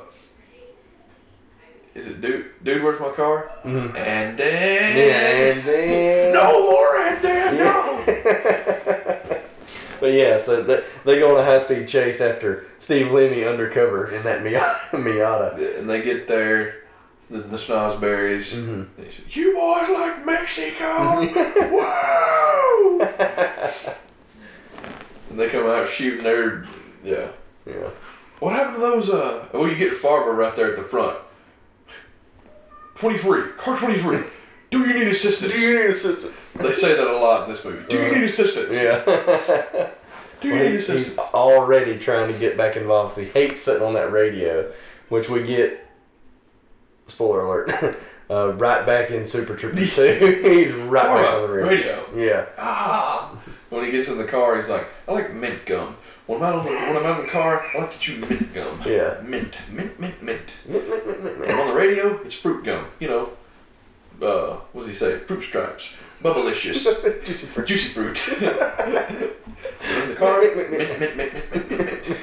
D: is it dude? Dude, where's my car?
A: Mhm.
D: And then
A: and then
D: no more. And then no.
A: but yeah, so they, they go on a high speed chase after Steve Lemmy undercover in that Miata. Miata.
D: and they get there, the, the schnozberries.
A: Mhm.
D: They say, "You boys like Mexico? Whoa!" and they come out shooting their yeah.
A: Yeah.
D: What happened to those? Uh, well, you get Farber right there at the front. Twenty three, car twenty three. Do you need assistance?
A: need assistance?
D: they say that a lot in this movie. Do you need assistance?
A: Yeah.
D: Do you need
A: he's,
D: assistance?
A: he's already trying to get back involved. 'cause He hates sitting on that radio, which we get. Spoiler alert. Uh, right back in Super Trooper 2. He's right back on the
D: Farber,
A: radio.
D: radio.
A: Yeah.
D: ah! When he gets in the car, he's like, I like mint gum. When I'm out on the, when I'm out in the car, I like to chew mint gum.
A: Yeah.
D: Mint, mint, mint, mint. And on the radio, it's fruit gum. You know, uh, what does he say? Fruit stripes. Bubblicious.
A: Just
D: Juicy fruit. in the car, mint, mint, mint, mint, mint,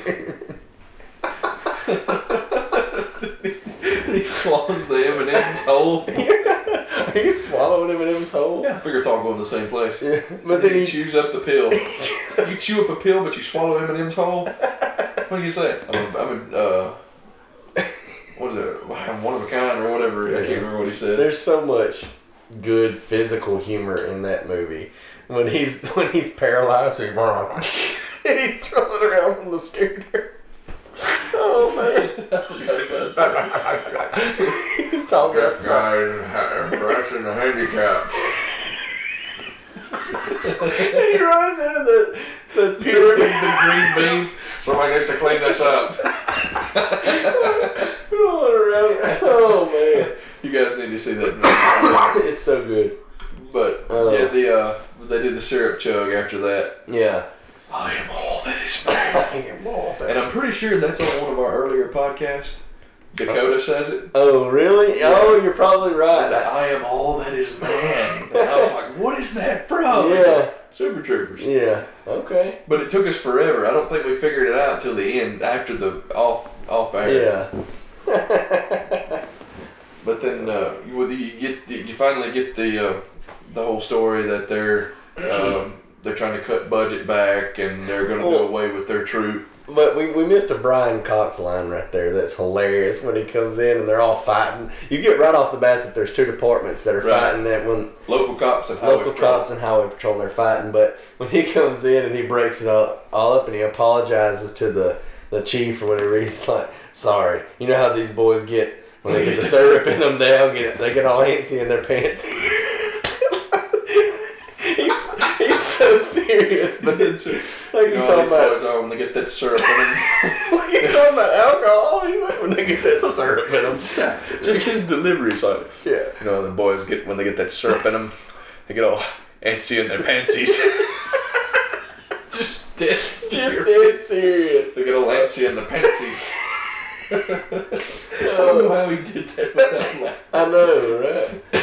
D: mint, mint. he swallows the M&M's whole.
A: Are you swallowing him in his hole?
D: Yeah, I figure it's all going to the same place.
A: Yeah. But then
D: he
A: he.
D: chews up the pill. you chew up a pill, but you swallow M and M's whole. What do you say? I'm a, I'm a uh, what is it? I'm one of a kind or whatever. I can't remember what he said.
A: There's so much good physical humor in that movie. When he's when he's paralyzed, he's wrong. and he's rolling around on the scooter. Oh man! he's talking about
D: rushing the handicap.
A: and he runs into the the pure.
D: the green beans. Somebody needs to clean this up.
A: rolling around. Oh man!
D: You guys need to see that.
A: It's so good.
D: But yeah, the uh, they did the syrup chug after that.
A: Yeah.
D: I am all that is man. And
A: And
D: I'm pretty sure that's on one of our earlier podcasts. Dakota says it.
A: Oh really? Oh, you're probably
D: It's like,
A: right.
D: I am all that is man. And I was like, what is that from?
A: Yeah.
D: Super Troopers.
A: Yeah. Okay.
D: But it took us forever. I don't think we figured it out until the end, after the off off air.
A: Yeah.
D: But then uh, you- whether you get you finally get the uh, the whole story that they're um, they're trying to cut budget back and they're going to
A: Well-
D: do away with their troop.
A: But we, we missed a Brian Cox line right there. That's hilarious when he comes in and they're all fighting. You get right off the bat that there's two departments that are
D: Right.
A: fighting that when
D: Local cops and highway
A: local
D: patrol.
A: cops and highway patrol they're fighting. But when he comes in and he breaks it all, all up and he apologizes to the, the chief or whatever, he's like, "Sorry." You know how these boys get when they get the syrup in them down, get they get all antsy in their pants. he's, he's so serious, but it's like he's
D: You know,
A: talking
D: all
A: about.
D: these boys are when they get that syrup in them.
A: What are you talking about alcohol? Oh, He's like, when they get that syrup in them.
D: Just his delivery is like,
A: Yeah.
D: you know, the boys get when they get that syrup in them, they get all antsy in their pantsies. Just dead
A: Just
D: serious.
A: dead serious.
D: They get all antsy in their pantsies. I don't know how he did that without laughing.
A: Oh, I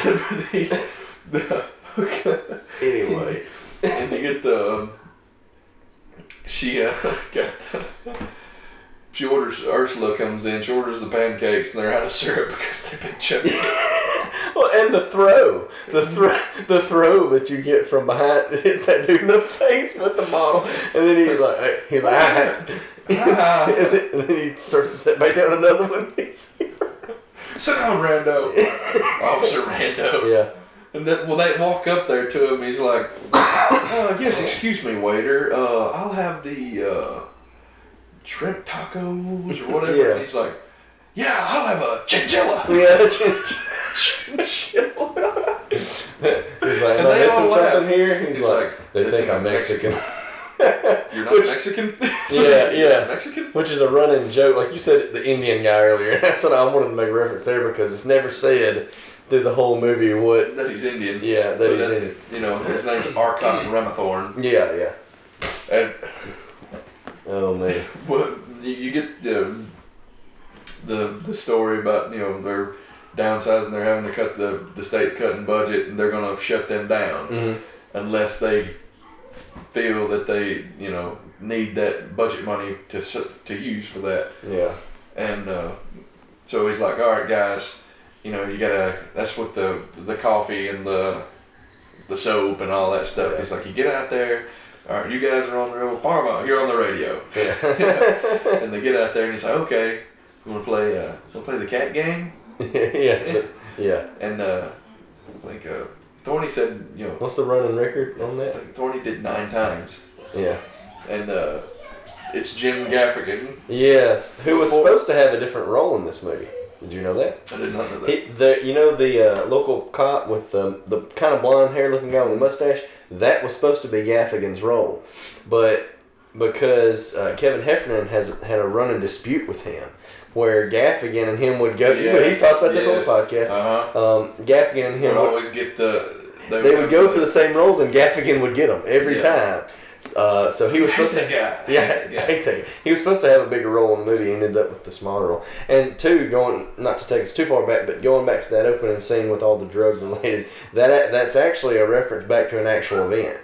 A: know, right?
D: okay.
A: Anyway.
D: And you get the. Um, she uh, got the. She orders. Ursula comes in. She orders the pancakes, and they're out of syrup because they've been chugging.
A: Well, and the throw, the throw, the throw that you get from behind it hits that dude in the face with the bottle, and then he's like, hey, he's like, ah. and, then, and then he starts to set back down another one.
D: Sit down, Rando. Officer Rando.
A: yeah.
D: And that, well, they walk up there to him. He's like, uh, "Yes, excuse me, waiter. Uh, I'll have the uh, shrimp tacos or whatever."
A: Yeah.
D: And he's like, "Yeah, I'll have a chinchilla."
A: Yeah. He's like, am
D: And
A: I
D: they all
A: missing
D: laugh.
A: something here? He's,
D: He's
A: like,
D: like,
A: they think I'm Mexican.
D: You're not
A: Which-
D: Mexican.
A: Yeah,
D: You're not
A: yeah.
D: Mexican.
A: Which is a running joke, like you said, the Indian guy earlier. That's what I wanted to make reference there because it's never said through the whole movie what.
D: That he's Indian.
A: Yeah, that
D: But
A: he's Indian.
D: You know, his name's Arcot Ramathorn,
A: Yeah, yeah.
D: and
A: Oh man.
D: what you- you get the the the story about you know they're downsizing, they're having to cut the the state's cutting budget, and they're gonna shut them down
A: Mhm.
D: unless they feel that they you know need that budget money to s- to use for that.
A: Yeah.
D: And uh, so he's like, all right, guys, you know, you gotta. That's what the the coffee and the the soap and all that stuff. He's like, you get out there. All right, you guys are on the road. Pharma, you're on the radio. and they get out there, and he's like, okay, you want to play? Uh, want to play the cat game?
A: yeah. but- yeah.
D: And uh, it's like uh, Thorny said, you know,
A: What's the running record on
D: I
A: that?
D: think Thorny did nine times,
A: Yeah.
D: and uh, it's Jim Gaffigan.
A: Yes. Who was
D: Before-
A: supposed to have a different role in this movie? Did you know that?
D: I did not know that.
A: He, the you know the uh, local cop with the the kind of blonde hair looking guy with the mustache that was supposed to be Gaffigan's role, but because uh, Kevin Heffernan has had a running dispute with him, where Gaffigan and him would go.
D: Yes,
A: he's talked about this on the
D: yes.
A: podcast.
D: Uh-huh.
A: Um, Gaffigan and him
D: would
A: would,
D: always get the.
A: they would go for the same roles, and Gaffigan would get them every
D: Yeah.
A: time. Uh, so he was supposed to.
D: that guy.
A: Yeah,
D: Hate that guy.
A: I hate that. He was supposed to have a bigger role in the movie. He ended up with the smaller role. And two, going not to take us too far back, but going back to that opening scene with all the drug related, that that's actually a reference back to an actual event.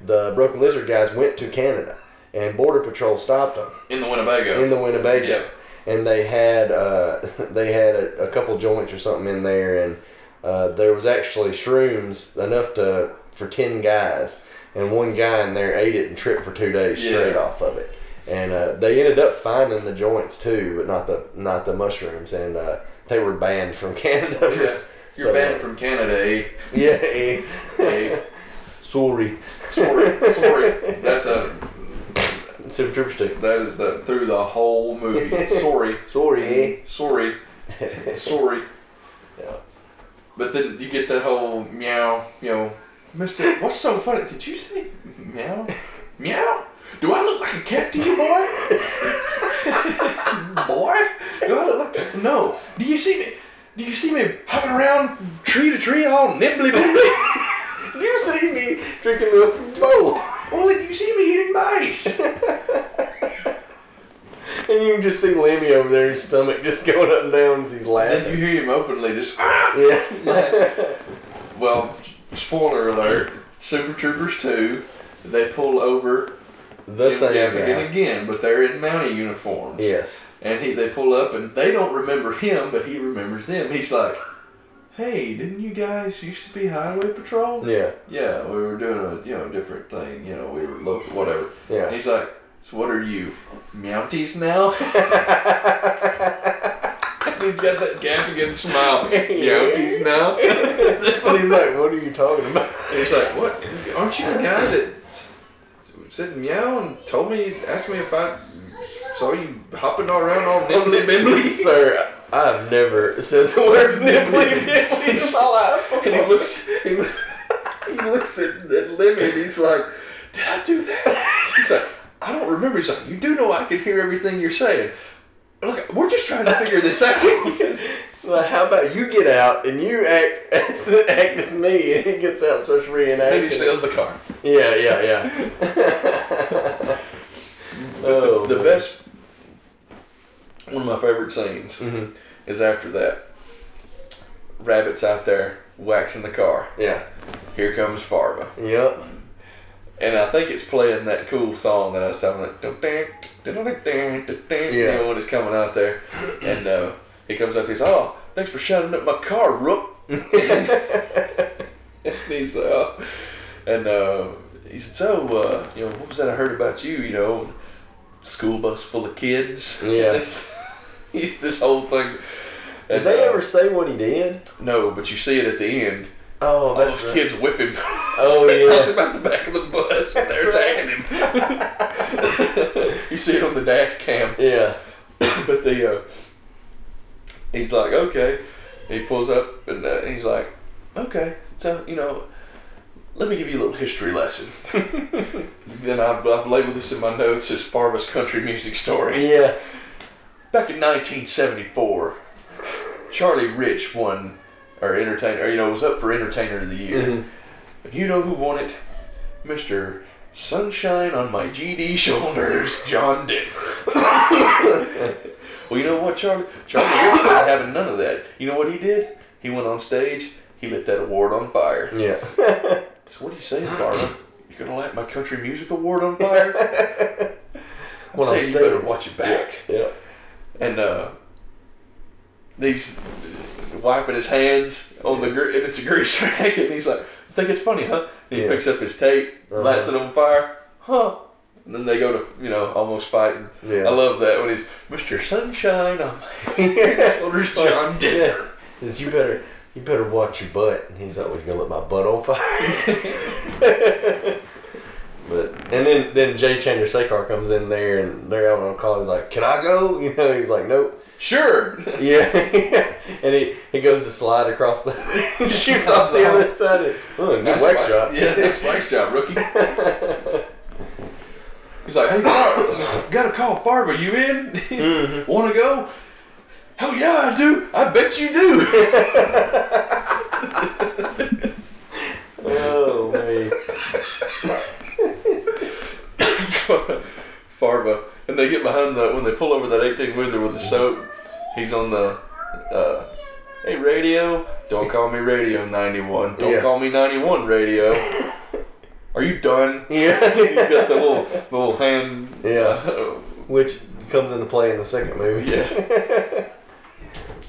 A: The Broken Lizard guys went to Canada, and Border Patrol stopped them
D: in the Winnebago.
A: in the Winnebago,
D: Yeah.
A: and they had uh, they had a, a couple joints or something in there, and uh, there was actually shrooms enough to for ten guys, and one guy in there ate it and tripped for two days straight
D: Yeah.
A: off of it, and uh, they ended up finding the joints too, but not the not the mushrooms, and uh, they were banned from Canada. For,
D: Yeah.
A: s-
D: You're
A: so-
D: banned from Canada, eh?
A: Yeah. eh.
D: Eh?
A: Sorry.
D: Sorry, sorry. That's a
A: Super Trooper stick.
D: that is the through the whole movie. Sorry,
A: Sorry.
D: sorry,
A: eh?
D: sorry.
A: Yeah.
D: But then you get that whole meow, you know, Mister. What's so funny? Did you say meow, meow? Do I look like a cat to you, boy? boy, do I look like no? Do you see me? Do you see me hopping around tree to tree all nimbly? bobbly?
A: Do you see me drinking milk from bowl?
D: Only do you see me eating mice?
A: And you can just see Lemmy over there, his stomach just going up and down as he's
D: And then you
A: laughing.
D: hear him openly just ah.
A: yeah.
D: Well, spoiler alert: Super Troopers Two, they pull over
A: the
D: Jim
A: same
D: Gaffigan
A: guy.
D: again, but they're in Mountie uniforms.
A: Yes.
D: And he, they pull up, and they don't remember him, but he remembers them. He's like, "Hey, didn't you guys used to be Highway Patrol?
A: Yeah.
D: Yeah, we were doing a you know different thing. You know, we were local, whatever."
A: Yeah.
D: And he's like, "So what are you, Mounties now?" he's got that Gaffigan smile. Mounties now.
A: but he's like, what are you talking about?
D: And he's like, "What? Aren't you the guy that s- said meow and told me, asked me if I saw you hopping all around all nimbly bimbly?"
A: Sir, I've never said the words nipply nipply in my life.
D: And he looks, he, loo- he looks at, at Lemmy and he's like, "Did I do that?" He's like, "I don't remember." He's like, "You do know I can hear everything you're saying." Look, we're just trying to figure this out.
A: Well, how about you get out and you act as, act as me and he gets out and starts
D: and he
A: reenacting.
D: steals
A: it.
D: the car.
A: Yeah, yeah, yeah. oh,
D: the,
A: man.
D: the best, one of my favorite scenes
A: Mhm.
D: is after that. Rabbit's out there waxing the car.
A: Yeah.
D: Here comes Farva.
A: Yep.
D: And I think it's playing that cool song that I was talking about. Dun, dun, dun, dun, dun, dun, dun, You
A: Yeah.
D: know, when it's coming out there. And uh, he comes out there and says, Oh, thanks for shutting up my car, Rook. and he's, uh, and uh, he said, So, uh, you know, what was that I heard about you? You know, school bus full of kids.
A: Yeah.
D: This, he's- this whole thing.
A: Did
D: And,
A: they
D: uh,
A: ever say what he did?
D: No, but you see it at the end.
A: Oh,
D: All
A: that's
D: those
A: right.
D: kids whip him.
A: Oh,
D: They toss
A: yeah.
D: him out the back of the bus and they're
A: That's right.
D: attacking him. you see it on the dash cam.
A: Yeah.
D: But the uh, he's like, okay. He pulls up and uh, he's like, okay. So you know, let me give you a little history lesson. then I've, I've labeled this in my notes as Farmer's country music story.
A: Yeah.
D: Back in 1974, Charlie Rich won, or entertainer, or, you know, was up for entertainer of the year.
A: Mhm.
D: And you know who won it? Mr. Sunshine on my GD shoulders, John Denver. well, you know what, Charlie? Charlie Rich was not having none of that. You know what he did? He went on stage. He lit that award on fire.
A: Yeah.
D: So what do you say, Farmer? You're gonna light my country music award on fire? I'm
A: What I'm
D: saying you
A: saying.
D: better watch it back.
A: yeah.
D: and uh, these wiping his hands on the gre- and it's a grease rag, and he's like, "I think it's funny, huh?" And he
A: Yeah. Uh-huh.
D: picks up his tape, lights it on fire, huh? And then they go to you know almost fighting.
A: Yeah.
D: I love that when he's Mr. Sunshine on my shoulders, John Denver.
A: Is you better you better watch your butt. And he's like, "We're gonna let my butt on fire." but and then then Jay Chandler Sekar comes in there and they're out on a call. He's like, "Can I go?" You know, he's like, "Nope."
D: Sure,
A: Yeah, and he, he goes to slide across the shoots off the other side. And, oh, good
D: Nice
A: wax
D: wa-
A: job.
D: Yeah, nice wax job, rookie. He's like, hey, Farber, got a call. Farber, you in?
A: Mm-hmm.
D: Want to go? Hell yeah, I do. I bet you do.
A: Oh man.
D: Farber. And they get behind the, when they pull over that 18 wheeler with the soap, he's on the, uh, hey, radio. Don't call me radio 91. Don't
A: Yeah.
D: call me 91 radio. Are you done? He's
A: Yeah.
D: got the little, the little hand. uh,
A: Yeah. Which comes into play in the second movie. Yeah.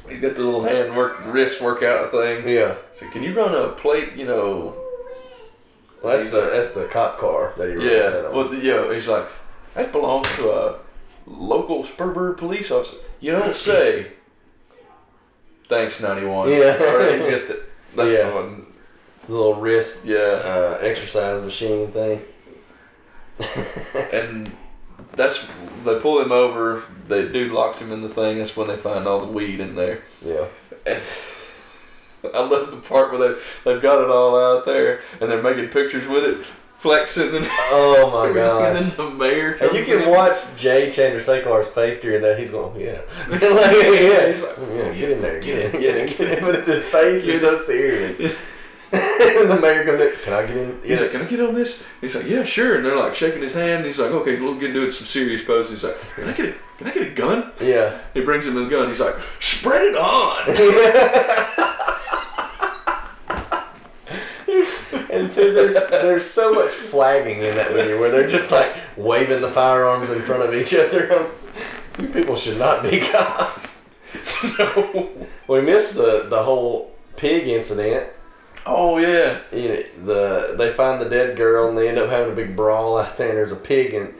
D: He's got the little hand work, wrist workout thing.
A: yeah.
D: So can you run a plate? You know,
A: Well, that's the that's the cop car that he runs
D: yeah.
A: that on.
D: Well, the, yeah. He's like, that belongs to a local Spurber police officer. You don't say. thanks 91.
A: Yeah.
D: Or he's got the, that's
A: Yeah.
D: the one.
A: little wrist
D: Yeah.
A: uh, exercise machine thing.
D: And that's, they pull him over. They dude locks him in the thing. That's when they find all the weed in there.
A: Yeah.
D: And I love the part where they, they've got it all out there and they're making pictures with it, flexing and
A: Oh my
D: And
A: god.
D: then the mayor
A: And you
D: comes in.
A: can watch Jay Chandler Seklar's face during that. He's going, yeah. like, yeah. He's like, yeah, get in there, get in, get in, get in. But it's his face is so serious. and the mayor comes in, can I get in?
D: He's
A: Yeah.
D: like, can I get on this? He's like, yeah, sure. And they're like shaking his hand. He's like, okay, we'll get into it some serious poses. He's like, can I get a, can I get a gun?
A: yeah.
D: He brings him a gun. He's like, spread it on.
A: And dude, there's there's so much flagging in that movie where they're just like waving the firearms in front of each other. I'm- You people should not be cops.
D: No.
A: We missed the the whole pig incident.
D: Oh yeah.
A: You know, the they find the dead girl and they end up having a big brawl out there and there's a pig and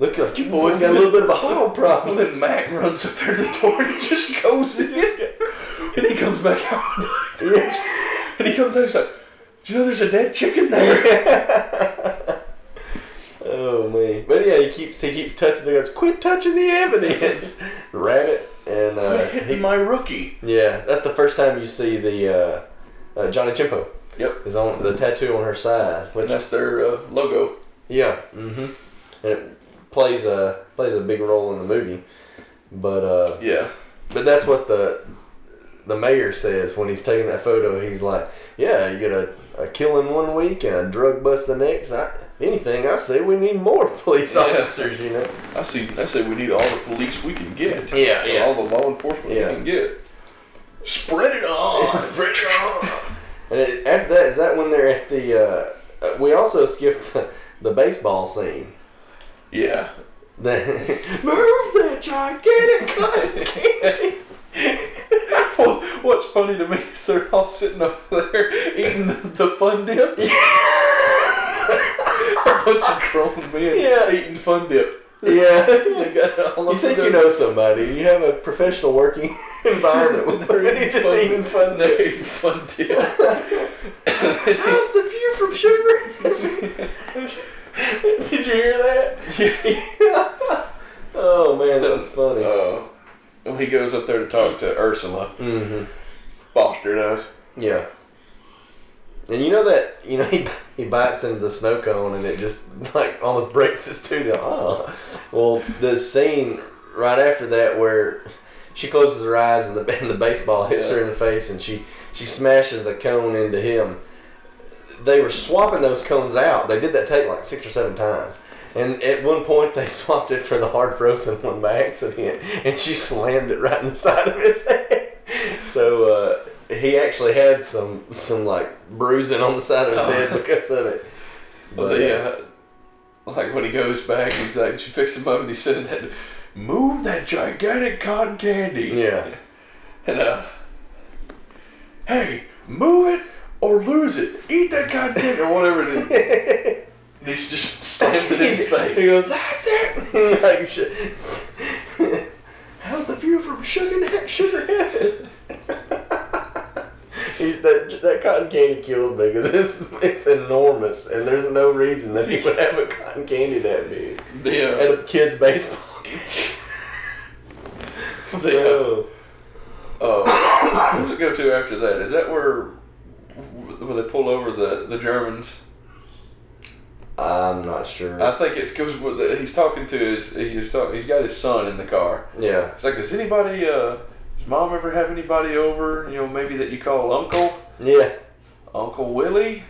A: look like you boys got a little bit of a hog
D: Well,
A: problem.
D: then Mac runs up there to the door and he just goes in, and he comes back out, and he comes out. He's like, do you know there's a dead chicken there?
A: Oh man! But yeah, he keeps he keeps touching the guns. Quit touching the evidence, rabbit. And uh,
D: I hit my rookie.
A: yeah, that's the first time you see the uh, uh, Johnny Chimpo
D: Yep.
A: is on the tattoo on her side.
D: And
A: Which,
D: that's their uh, logo.
A: yeah, hmm and it plays a plays a big role in the movie. But uh,
D: Yeah.
A: but that's what the the mayor says when he's taking that photo. He's like, "Yeah, you get a, a killing one week and a drug bust the next. I, anything I say, we need more police
D: Yeah.
A: officers. You know."
D: I see. I say we need all the police we can get.
A: Yeah, yeah.
D: All the law enforcement
A: Yeah.
D: we can get. Spread it on. Spread it on.
A: And it, after that, is that when they're at the? Uh, uh, we also skipped the, the baseball scene.
D: Yeah.
A: The, Move that gigantic cotton candy.
D: Well, what's funny to me is they're all sitting over there eating the, the fun dip. A bunch of grown men
A: Yeah.
D: eating fun dip. They
A: yeah.
D: got it all
A: You
D: over
A: think
D: their-
A: you know somebody? You have a professional working environment where
D: They're
A: you just eating fun.
D: They're eating fun dip.
A: How's the view from sugar? Did you hear that? Oh man, that was funny.
D: Uh, when he goes up there to talk to Ursula,
A: Mm-hmm.
D: Foster does.
A: Yeah. And you know that you know he, he bites into the snow cone and it just like almost breaks his tooth. You're like, Oh, well, the scene right after that where she closes her eyes and the and the baseball hits her in the face and she she smashes the cone into him. They were swapping those cones out. They did that take like six or seven times. And at one point they swapped it for the hard frozen one by accident, and she slammed it right in the side of his head. So uh, he actually had some some like bruising on the side of his head because of it. But,
D: the,
A: uh,
D: uh, like when he goes back, he's like, she fixed him up, and he said that, move that gigantic cotton candy.
A: yeah,
D: And uh, hey, move it or lose it. Eat that goddamn or whatever. It is. and he just slams it in his
A: he
D: face.
A: goes, "That's it." like, sh- how's the view from Sugar Head? Sugar Head. He- That, that cotton candy kills me because it's, it's enormous, and there's no reason that he would have a cotton candy that big.
D: The, uh,
A: at a kid's baseball game.
D: the, uh, uh, where's it go to after that? Is that where where they pull over the, the Germans?
A: I'm not sure.
D: I think it's because he's talking to his he's talk, he's got his son in the car.
A: yeah,
D: It's like, does anybody, uh, does mom ever have anybody over? You know, maybe that you call uncle,
A: yeah,
D: Uncle Willie,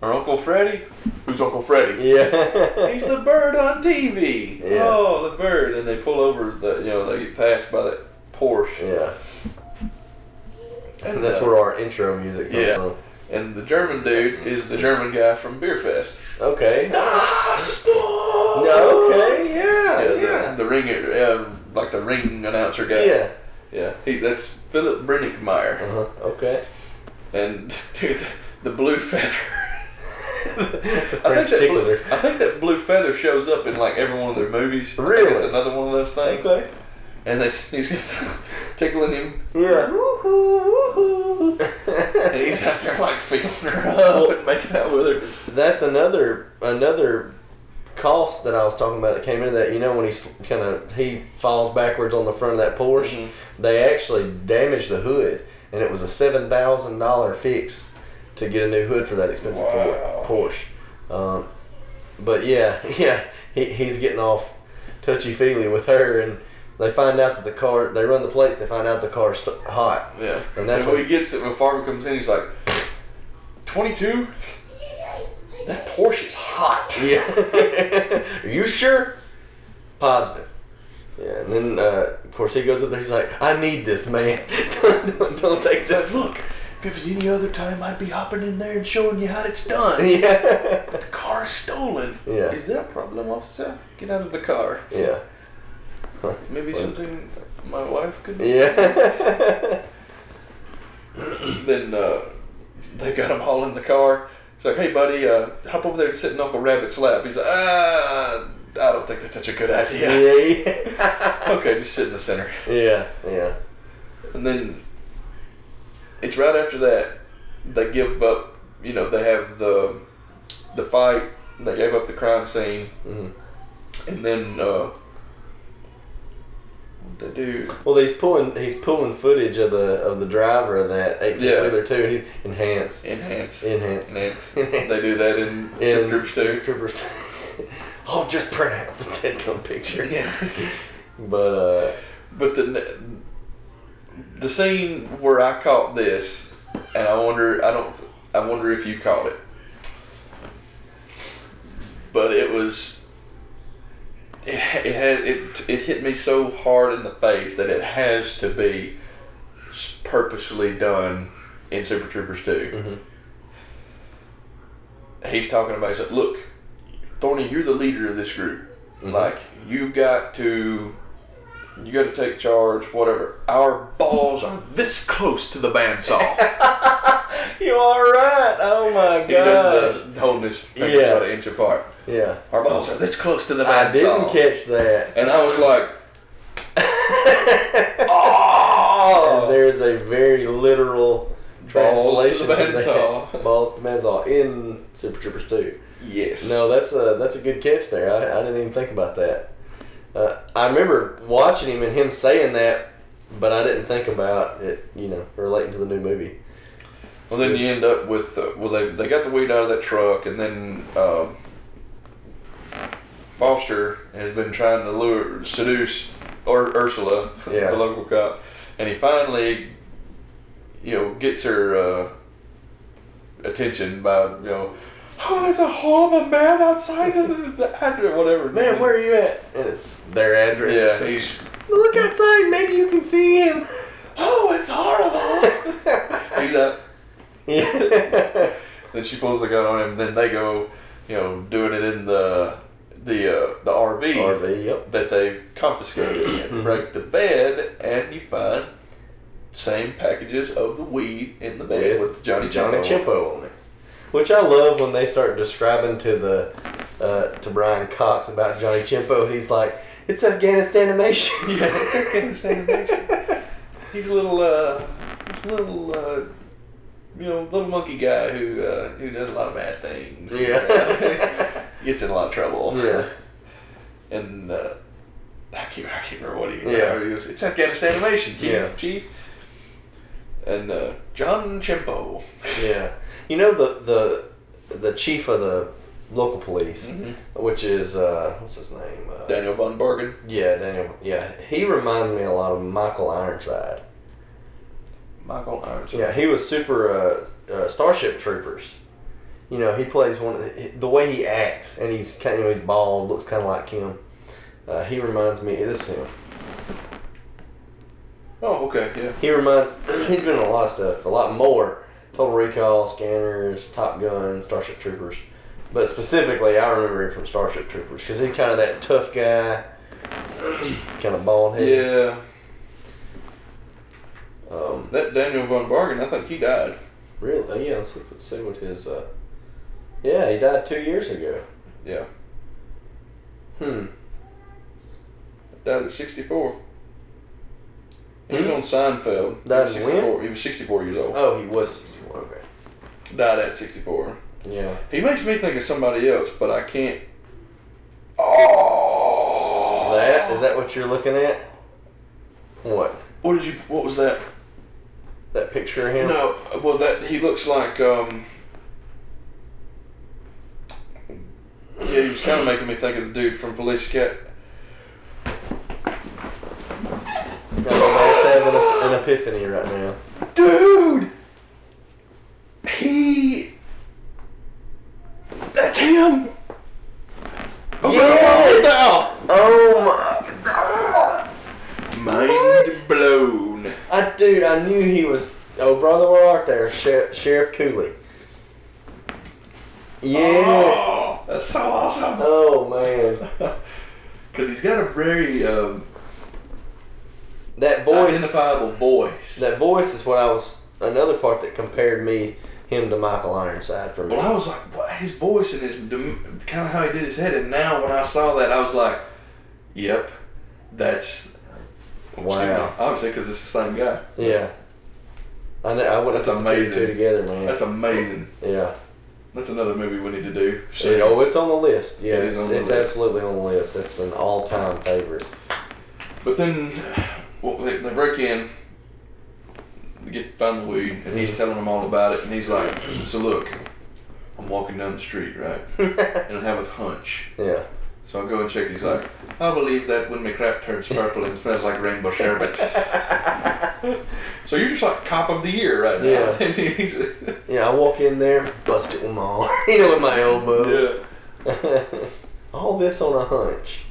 D: or Uncle Freddie. Who's Uncle Freddie?
A: yeah.
D: He's the bird on TV.
A: Yeah.
D: Oh, the bird, and they pull over the, you know, they get passed by that Porsche,
A: yeah. And uh, that's where our intro music comes
D: Yeah.
A: from.
D: and the German dude is the German guy from Beerfest.
A: Okay. okay. Ah, Yeah.
D: the-
A: Yeah.
D: The, ring, uh, like the ring announcer guy.
A: Yeah.
D: yeah. He, that's Philip Brennigmeyer,
A: Uh-huh. Okay. Uh-huh.
D: and dude, the, the blue feather. I think,
A: French
D: that blue,
A: tickler.
D: I think that blue feather shows up in like every one of their movies. I think
A: Really?
D: It's another one of those things.
A: Okay.
D: And they, he's got the, tickling him,
A: Yeah. Woohoo, woohoo.
D: and he's out there like feeling her up and making out with her.
A: That's another another cost that I was talking about that came into that. You know when he kind of he falls backwards on the front of that Porsche,
D: Mhm.
A: they actually damaged the hood, and it was a seven thousand dollar fix to get a new hood for that expensive
D: Wow.
A: Ford, Porsche. Um, but yeah, yeah, he, he's getting off touchy feely with her, and they find out that the car they run the plates, they find out the car's st- hot.
D: Yeah,
A: And that's
D: when
A: what-
D: he gets it. When Farmer comes in, he's like, "22, that Porsche is hot."
A: Yeah. Are you sure? Positive. Yeah, and then uh, of course he goes up there. He's like, "I need this, man. don't, don't, don't take
D: He's like,
A: this."
D: "Look, if it was any other time, I'd be hopping in there and showing you how it's done."
A: Yeah.
D: The car is stolen.
A: Yeah.
D: Is there a problem, officer? Get out of the car.
A: Yeah.
D: Maybe
A: Well-
D: something my wife could.
A: Yeah.
D: Then uh, they've got him all in the car. He's like, "Hey, buddy, uh, hop over there and sit in Uncle Rabbit's lap." He's like, "Ah, I don't think that's such a good idea."
A: yeah.
D: okay, just sit in the center.
A: Yeah. Yeah.
D: And then it's right after that they give up. You know, they have the the fight. They gave up the crime scene,
A: Mhm.
D: and then uh, what they do?
A: Well, he's pulling he's pulling footage of the of the driver of that eighteen wheeler too, and he enhance
D: Enhance.
A: enhance
D: Enhance. they do that in Chip Troopers
A: Super
D: too.
A: Troopers. I'll just print out the Tedcom picture.
D: Yeah.
A: But uh,
D: But the the scene where I caught this, and I wonder, I don't, I wonder if you caught it. But it was, it it had it it hit me so hard in the face that it has to be s- purposely done in Super Troopers 2 He's talking about. He's like, "Look, Thorny, you're the leader of this group. Like, you've got to you got to take charge, whatever. Our balls are this close to the bandsaw.
A: you are right. Oh my
D: he does the holding his fingers
A: Yeah.
D: about an inch apart.
A: yeah,
D: Our balls are this close to the bandsaw.
A: I didn't catch that.
D: And I was like,
A: And
D: oh,
A: there's a very literal
D: balls to
A: translation
D: the
A: of that.
D: bandsaw.
A: Balls to the bandsaw in Super Troopers 2.
D: yes.
A: No, that's a that's a good catch there. I, I didn't even think about that. Uh, I remember watching him and him saying that, but I didn't think about it. You know, relating to the new movie.
D: Well, then you end up with uh, well, they they got the weed out of that truck, and then um, Foster has been trying to lure, seduce or Ursula,
A: Yeah.
D: the local cop, and he finally, you know, gets her uh, attention by you know. Oh, there's a horrible man outside of the address, whatever.
A: Man, where are you at? And it's their address.
D: Yeah, he's.
A: Look outside. Maybe you can see him.
D: Oh, it's horrible. he's up.
A: yeah.
D: Then she pulls the gun on him. Then they go, you know, doing it in the the uh, the RV,
A: RV. Yep.
D: that they confiscated.
A: Mm-hmm.
D: and break the bed, and you find same packages of the weed in the bed with, Johnny
A: Johnny Chimpo on it. Which I love when they start describing to the uh, to Brian Cox about Johnny Chimpo, and he's like, "It's Afghanistan animation."
D: Yeah, it's Afghanistan animation. He's a little uh, little uh, you know, little monkey guy who uh, who does a lot of bad things.
A: Yeah.
D: gets in a lot of trouble.
A: yeah.
D: and uh, I can't I can't remember what he
A: Yeah.
D: yeah he was it's Afghanistan animation chief
A: Yeah.
D: chief and uh, John Chimpo
A: Yeah. You know the the the chief of the local police, which is uh, what's his name? Uh,
D: Mm-hmm. Daniel Von Bargen
A: Yeah, Daniel. Yeah, he reminded me a lot of Michael Ironside.
D: Michael Irons
A: Yeah, he was super uh, uh, Starship Troopers. You know, he plays one of the, the way he acts, and he's kind of he's bald, looks kind of like him. Uh, he reminds me. This is him.
D: oh okay yeah
A: He reminds. he's been in a lot of stuff, a lot more. Total Recall, Scanners, Top Gun, Starship Troopers. But specifically, I remember him from Starship Troopers because he's kind of that tough guy, kind of bald head.
D: yeah
A: Um,
D: that Daniel Von Bargen I think he died
A: really? Yeah. Let's see- let's see what his. Uh, yeah, he died two years ago.
D: yeah
A: Hmm.
D: died at 64 He was on Seinfeld. He was
A: Hmm? Died when?
D: 64. He was 64 years old.
A: Oh, he was 61. Okay. Oh.
D: Died at 64.
A: Yeah.
D: He makes me think of somebody else, but I can't. Oh,
A: That is that what you're looking at? What?
D: What did you? What was that?
A: That picture of him?
D: No, well, that he looks like. um Yeah, he was kind of making me think of the dude from Police Cat.
A: Kind of Matt's having a- an epiphany right now.
D: Dude, he. That's him. Oh,
A: Yes! Oh
D: Mind
A: What?
D: blown.
A: my! I dude, I knew he was. Oh brother, where art there, Sheriff, Sheriff Cooley? Yeah.
D: Oh, that's so awesome.
A: Oh man,
D: Because he's got a very um,
A: that voice.
D: identifiable voice.
A: That voice is what I was. Another part that compared me him to Michael Ironside for me.
D: well, I was like, what? his voice and his kind of how he did his head. And now when I saw that, I was like, yep, that's Excuse me,
A: wow.
D: Obviously, because it's the same guy.
A: Yeah. I know. I would have
D: That's
A: put the two and
D: amazing.
A: two together, man.
D: That's amazing.
A: yeah.
D: That's another movie we need to do.
A: Shit, oh, it's on the list. Yeah,
D: It
A: it's,
D: is on the
A: it's
D: list.
A: absolutely on the list. That's an all-time favorite.
D: But then, well, they, they break in, they get find the weed, and he's telling them all about it. And he's like, "So look, I'm walking down the street, right, and I have a hunch.
A: Yeah.
D: So I go and check. He's like, I believe that when my crap turns purple and smells like rainbow sherbet. so you're just like cop of the year right now.
A: Yeah.
D: He's-
A: Yeah, I walk in there, bust it with my arm, you know, with my elbow.
D: yeah.
A: all this on a hunch.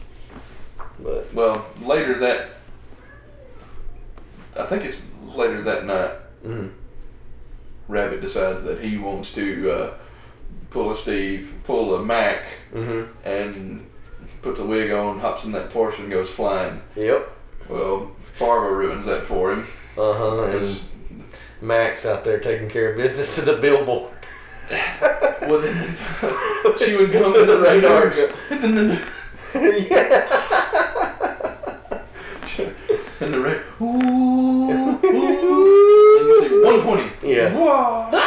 A: But
D: Well, later that, I think it's later that night.
A: mm,
D: Rabbit decides that he wants to uh, pull a Steve, pull a Mac,
A: mm-hmm.
D: and puts a wig on, hops in that Porsche, and goes flying.
A: Yep.
D: Well, Fargo ruins that for him.
A: Uh huh. And
D: It's-
A: Max out there taking care of business to the billboard.
D: Well, then she would come to the radar. And then the, and the radar. Ooh, ooh. And you see 120.
A: Yeah.
D: Whoa.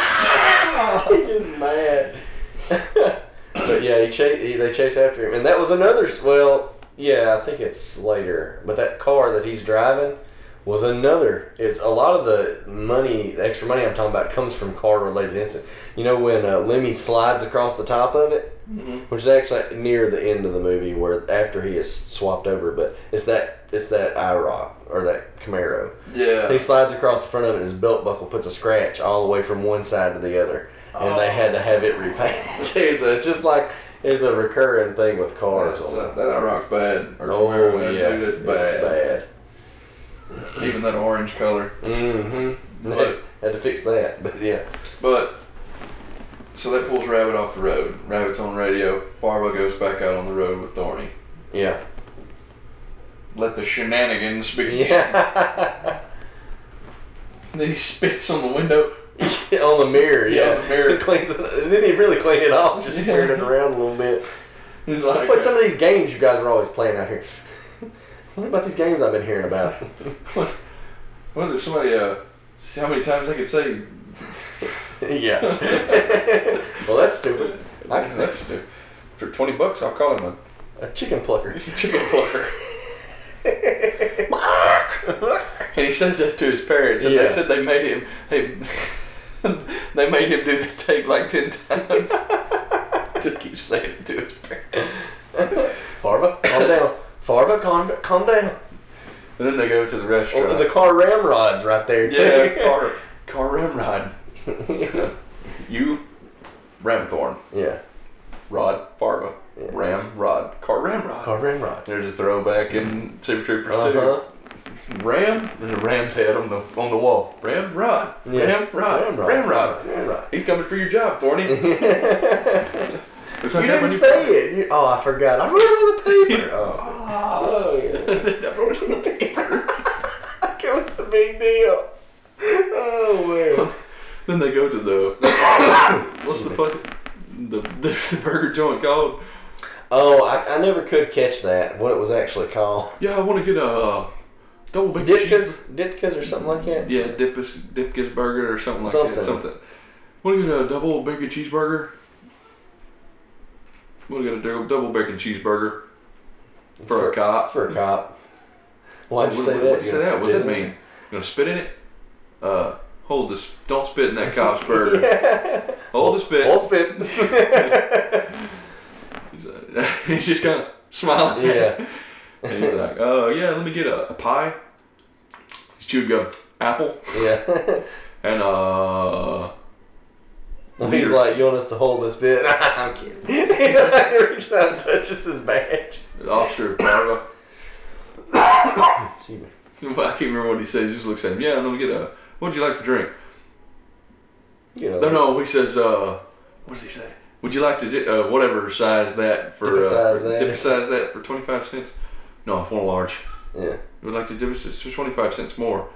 A: He is mad. but yeah, he chase, he, they chase after him, and that was another. s- Well, yeah, I think it's later, but that car that he's driving was another. It's a lot of the money, the extra money I'm talking about, comes from car related incidents. You know when uh, Lemmy slides across the top of it,
D: Mhm.
A: which is actually near the end of the movie, where after he is swapped over, but it's that it's that IROC or that Camaro. He
D: Yeah.
A: slides across the front of it, and his belt buckle puts a scratch all the way from one side to the other, and they had to have it repainted too. So it's just like it's a recurring thing with cars.
D: That's,
A: on
D: uh, that rock's bad. Or
A: oh
D: Camaro,
A: yeah,
D: dude, it's
A: bad.
D: Even that orange color.
A: Mm-hmm.
D: But-
A: had to fix that, but yeah,
D: But so that pulls Rabbit off the road. Rabbit's on radio. Fargo goes back out on the road with Thorny.
A: yeah,
D: Let the shenanigans begin.
A: yeah.
D: Then he spits on the window.
A: on the mirror,
D: Yeah,
A: yeah,
D: on the mirror.
A: He cleans it. And then he really cleaned it off, just
D: Yeah.
A: smeared it around a little bit.
D: He's
A: Let's
D: like,
A: play some of these games you guys are always playing out here. What about these games I've been hearing about?
D: Well, there's somebody. Uh, see how many times I could say
A: yeah. well, that's stupid. I can,
D: that's stupid. For twenty bucks, I'll call him
A: a chicken plucker.
D: a chicken plucker. and he says that to his parents, and
A: Yeah.
D: they said they made him. They, they made him do that tape like ten times to keep saying it to his parents.
A: Farva, calm down. Farva, calm, calm down.
D: And then they go to the restaurant.
A: Oh, the car ramrod's right there too.
D: yeah, car, car ramrod. you, Ramthorn,
A: yeah.
D: Rod Farva,
A: Yeah.
D: Ram Rod, Car Ramrod.
A: Car ramrod.
D: There's a throwback in Super Troopers
A: Uh huh.
D: 2. Ram, there's a ram's head on the on the wall. Ram Rod,
A: Yeah.
D: Ram Rod, Ramrod.
A: Ramrod.
D: He's coming for your job, Thorny. Looks like
A: You
D: that
A: didn't
D: when
A: say it. You- oh, I forgot. I wrote it on the paper. Oh,
D: Ah.
A: oh yeah. I wrote it on the paper. it was a big deal. Oh man.
D: Then they go to the what's the fuck the, the the burger joint called?
A: Oh, I, I never could catch that. What it was actually called.
D: uh, Yeah, I want to get a Don't be cheap.
A: Ditka's, Ditka's or something like that.
D: Yeah, Dipkus Dipkus burger or something like
A: Something.
D: that. Something. Want to get a double bacon cheeseburger? Want to get a double double bacon cheeseburger for a cop?
A: It's for a cop. Why'd you
D: What-
A: say
D: what-
A: that?
D: What'd you say that? What's that
A: spit
D: mean?
A: in
D: You gonna spit in it? Uh, hold this. Don't spit in that cop's burger. Hold the
A: it?
D: spit.
A: Old spit.
D: He's, uh, he's just kind of smiling.
A: yeah.
D: And he's like, oh yeah, let me get a, a pie. He's chewed gum, apple,
A: Yeah.
D: and uh.
A: He's like, you want us to hold this bit? I'm kidding. he reaches out and touches his badge.
D: Officer Farva.
A: Excuse me.
D: I can't remember what he says. He just looks at him. Yeah, I'm gonna get a. What'd you like to drink?
A: You know,
D: No, no. He says, uh, what does he say? Would you like to di- uh, whatever size that for
A: Dip a size
D: uh,
A: that.
D: dip a size that for twenty five cents? No, I want a large.
A: Yeah.
D: Would like to dip it for twenty five cents more?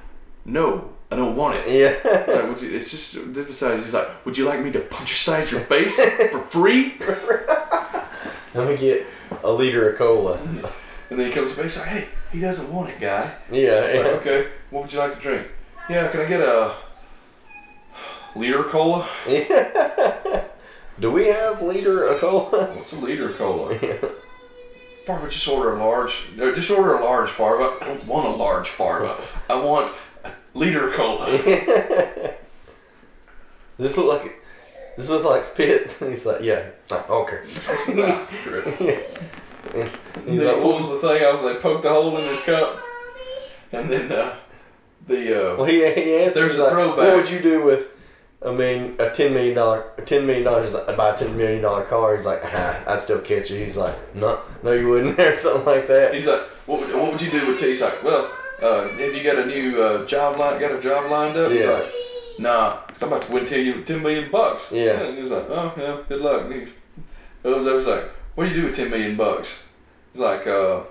D: No, I don't want it. It's
A: Yeah.
D: Like, would you, it's just dip a size. He's like, would you like me to punch your size your face for free?
A: Let me get a liter of cola.
D: And then he comes back. He's like, hey, he doesn't want it, guy.
A: Uh, Yeah.
D: It's like, okay, what would you like to drink? Yeah, can I get a liter of cola?
A: Yeah. Do we have liter of cola?
D: What's a liter of cola?
A: Yeah.
D: Farva, just order a large. No, just order a large Farva. I don't want a large Farva. I want a liter of cola.
A: this look like this looks like spit. And he's like, yeah, like, okay.
D: Ah, crap.
A: And he's
D: And then
A: like,
D: he
A: well,
D: pulls the thing off and they poked a hole in his cup. And then uh, the. Uh,
A: well, he, he asked.
D: There's
A: he's
D: a
A: like,
D: throwback.
A: What would you do with? I mean, a ten million dollar, ten million dollars. Like, I buy a ten million dollar car. He's like, ah, I'd still catch you. He's like, no, no, you wouldn't, or something like that.
D: He's like, what would, what would you do with tea? He's like, well, uh, have you got a new uh, job line? Got a job lined up? He's
A: Yeah.
D: like, nah, 'cause I'm about to win ten, ten million bucks.
A: Yeah.
D: And he was like, oh yeah, good luck. And he goes over. He's like, what do you do with ten million bucks? He's like, uh,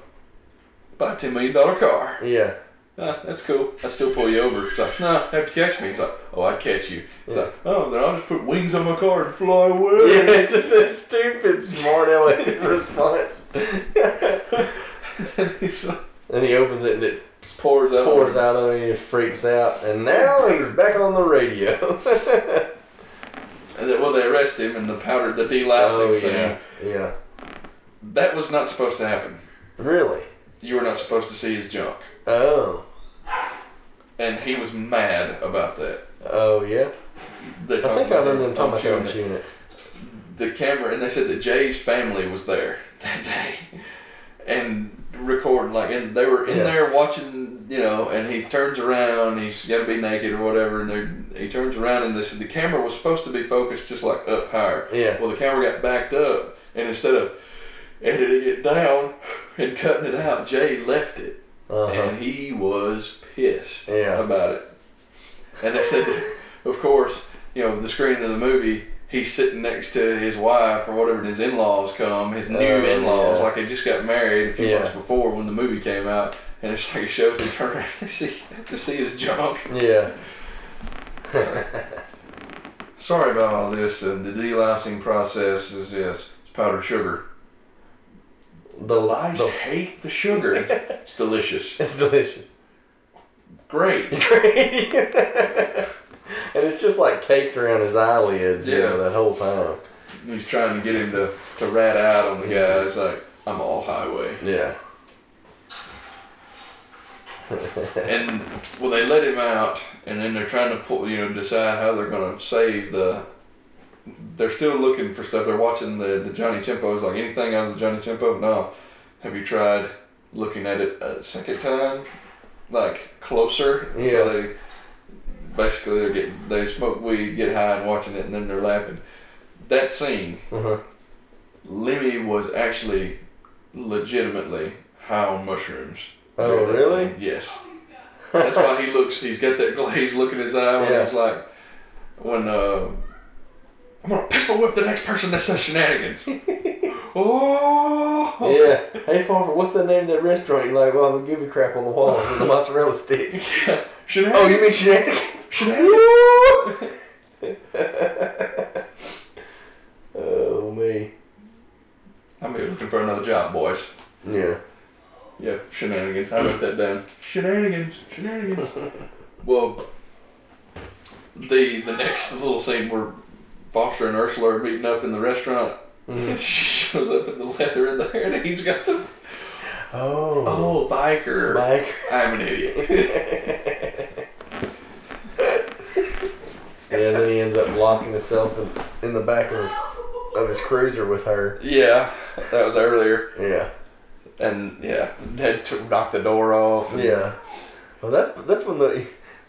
D: buy a ten million dollar car.
A: Yeah,
D: "Ah, that's cool. I still pull you over. He's like, nah, have to catch me. He's like, oh, I'd catch you. He's
A: Yeah.
D: like, oh, then I'll just put wings on my car and fly away.
A: yeah. It's just a stupid, smart, elevated response.
D: and he's like,
A: and he opens it and it
D: pours out.
A: pours out on him and freaks out. And now he's back on the radio.
D: And then, well, they arrest him and the powder, the delousing
A: oh
D: thing.
A: yeah, yeah.
D: That was not supposed to happen.
A: Really?
D: You were not supposed to see his junk.
A: Oh,
D: And he was mad about that.
A: oh yeah.
D: They
A: I
D: talked
A: think I
D: about
A: remember
D: that.
A: them talking
D: I'm
A: about that
D: showing
A: on
D: it.
A: Tune It.
D: The camera, and they said that Jay's family was there that day and recording, like, and they were in
A: Yeah.
D: there watching, you know, and he turns around, he's got to be naked or whatever, and they're- he turns around, and they said the camera was supposed to be focused just like up higher.
A: Yeah.
D: Well, the camera got backed up, and instead of editing it down and cutting it out, Jay left it.
A: Uh-huh.
D: and he was pissed
A: Yeah.
D: about it. And they said, that, of course, you know, the screen of the movie, he's sitting next to his wife or whatever, and his in laws come, his new
A: Oh,
D: in laws,
A: yeah.
D: like they just got married a few
A: Yeah.
D: months before when the movie came out. And it's like it shows him turn around to see, to see his junk.
A: Yeah.
D: Sorry about all this. And the delousing process is yes, it's powdered sugar.
A: The
D: Lice
A: the-
D: hate the sugar. It's, it's delicious.
A: It's delicious.
D: Great.
A: and it's just like caked around his eyelids, you know,
D: Yeah.
A: that whole time.
D: He's trying to get him to, to rat out on the guy. It's like, I'm all highway.
A: Yeah.
D: And, well, they let him out, and then they're trying to pull, you know, decide how they're going to save the. They're still looking for stuff. They're watching the, the Johnny Tempos. Like, anything out of the Johnny Tempo? No. Have you tried looking at it a second time? Like, closer?
A: Yeah.
D: So they, basically, they're getting, they smoke weed, get high, and watching it, and then they're laughing. That scene.
A: Uh-huh.
D: Lemmy was actually legitimately high on mushrooms.
A: Oh,
D: During that
A: really?
D: scene. Yes. That's why he looks. He's got that glazed look in his eye when
A: Yeah.
D: he's like, when uh, I'm gonna pistol whip the next person that says shenanigans. oh.
A: Yeah. Hey, Farmer, what's the name of that restaurant? You're like, well, the gooby crap on the wall and the mozzarella sticks.
D: Shenanigans.
A: oh, you mean shenanigans?
D: shenanigans.
A: Oh, me. Oh,
D: I'm here looking for another job, boys.
A: Yeah.
D: Yeah, shenanigans. I wrote that down. Shenanigans, shenanigans. well, the the next little scene where Foster and Ursula are meeting up in the restaurant.
A: Mm.
D: she shows up in the leather in the hair, and he's got the
A: Oh.
D: oh biker.
A: Mike.
D: I'm an idiot.
A: Yeah, then he ends up locking himself in, in the back of his, of his cruiser with her.
D: yeah, that was earlier,
A: Yeah.
D: and yeah, had to knock the door off. and-
A: Yeah. Well, that's that's when the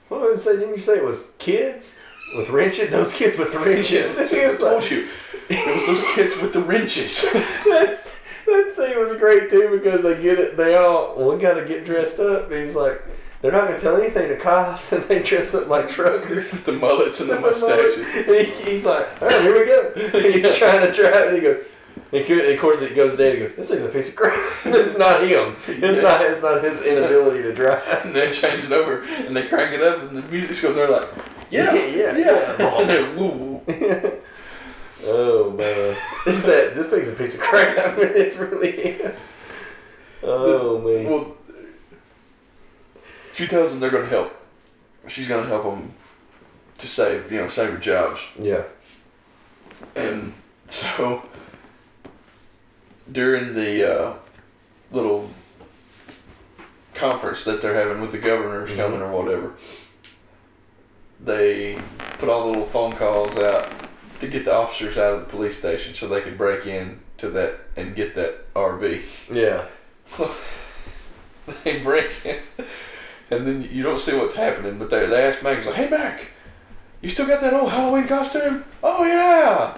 A: what did I say? Didn't you say it was kids with wrenches? Those kids with wrenches.
D: Yes,
A: It
D: I
A: was
D: told
A: like-
D: you. It was those kids with the wrenches.
A: That's that scene was great too because they get it. They all one got to get dressed up. and he's like, they're not gonna tell anything to cops, and they dress up like truckers.
D: the mullets and the mustaches.
A: and he, he's like, all right, here we go. And he's trying to drive, and he goes. He could, and of course, it goes dead. He goes, "This thing's a piece of crap. it's not him. It's
D: Yeah.
A: not. It's not his inability to drive."
D: And they change it over and they crank it up and the music's going. They're like, yeah,
A: Yeah,
D: yeah,
A: yeah.
D: and then, woo, woo.
A: Oh man, this that this thing's a piece of crap. it's really. Oh man.
D: Well, she tells them they're going to help. She's going to help them to save, you know, save her jobs.
A: yeah.
D: And Um, so during the uh, little conference that they're having with the governors
A: Mhm.
D: coming or whatever, they put all the little phone calls out to get the officers out of the police station so they could break in to that and get that RV.
A: Yeah.
D: they break in, and then you don't see what's happening. But they they ask Mac, he's like, "Hey Mac, you still got that old Halloween costume? Oh yeah."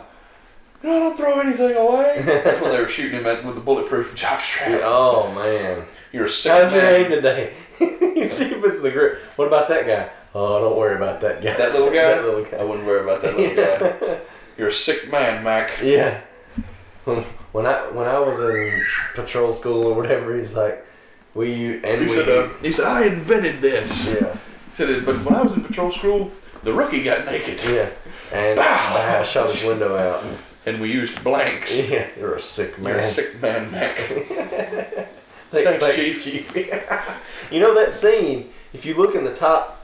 D: No, I don't throw anything away. That's when they were shooting him at with the bulletproof jockstrap.
A: Yeah, Oh man.
D: You're a sick
A: How's your
D: man.
A: aim today? you see if it's the grip. What about that guy? Oh, don't worry about that guy.
D: That little guy.
A: that little
D: I
A: guy.
D: wouldn't worry about that little guy. You're a sick man, Mac.
A: Yeah. When I when I was in patrol school or whatever, he's like, we u- and
D: He
A: we.
D: said, uh, he said, I invented this.
A: yeah.
D: He said, but when I was in patrol school, the rookie got naked,
A: Yeah. And
D: Bow.
A: I shot his window out.
D: and we used blanks.
A: Yeah. You're a sick man.
D: You're a sick man, Mac.
A: Thanks,
D: Thanks,
A: Chief. you know that scene, if you look in the top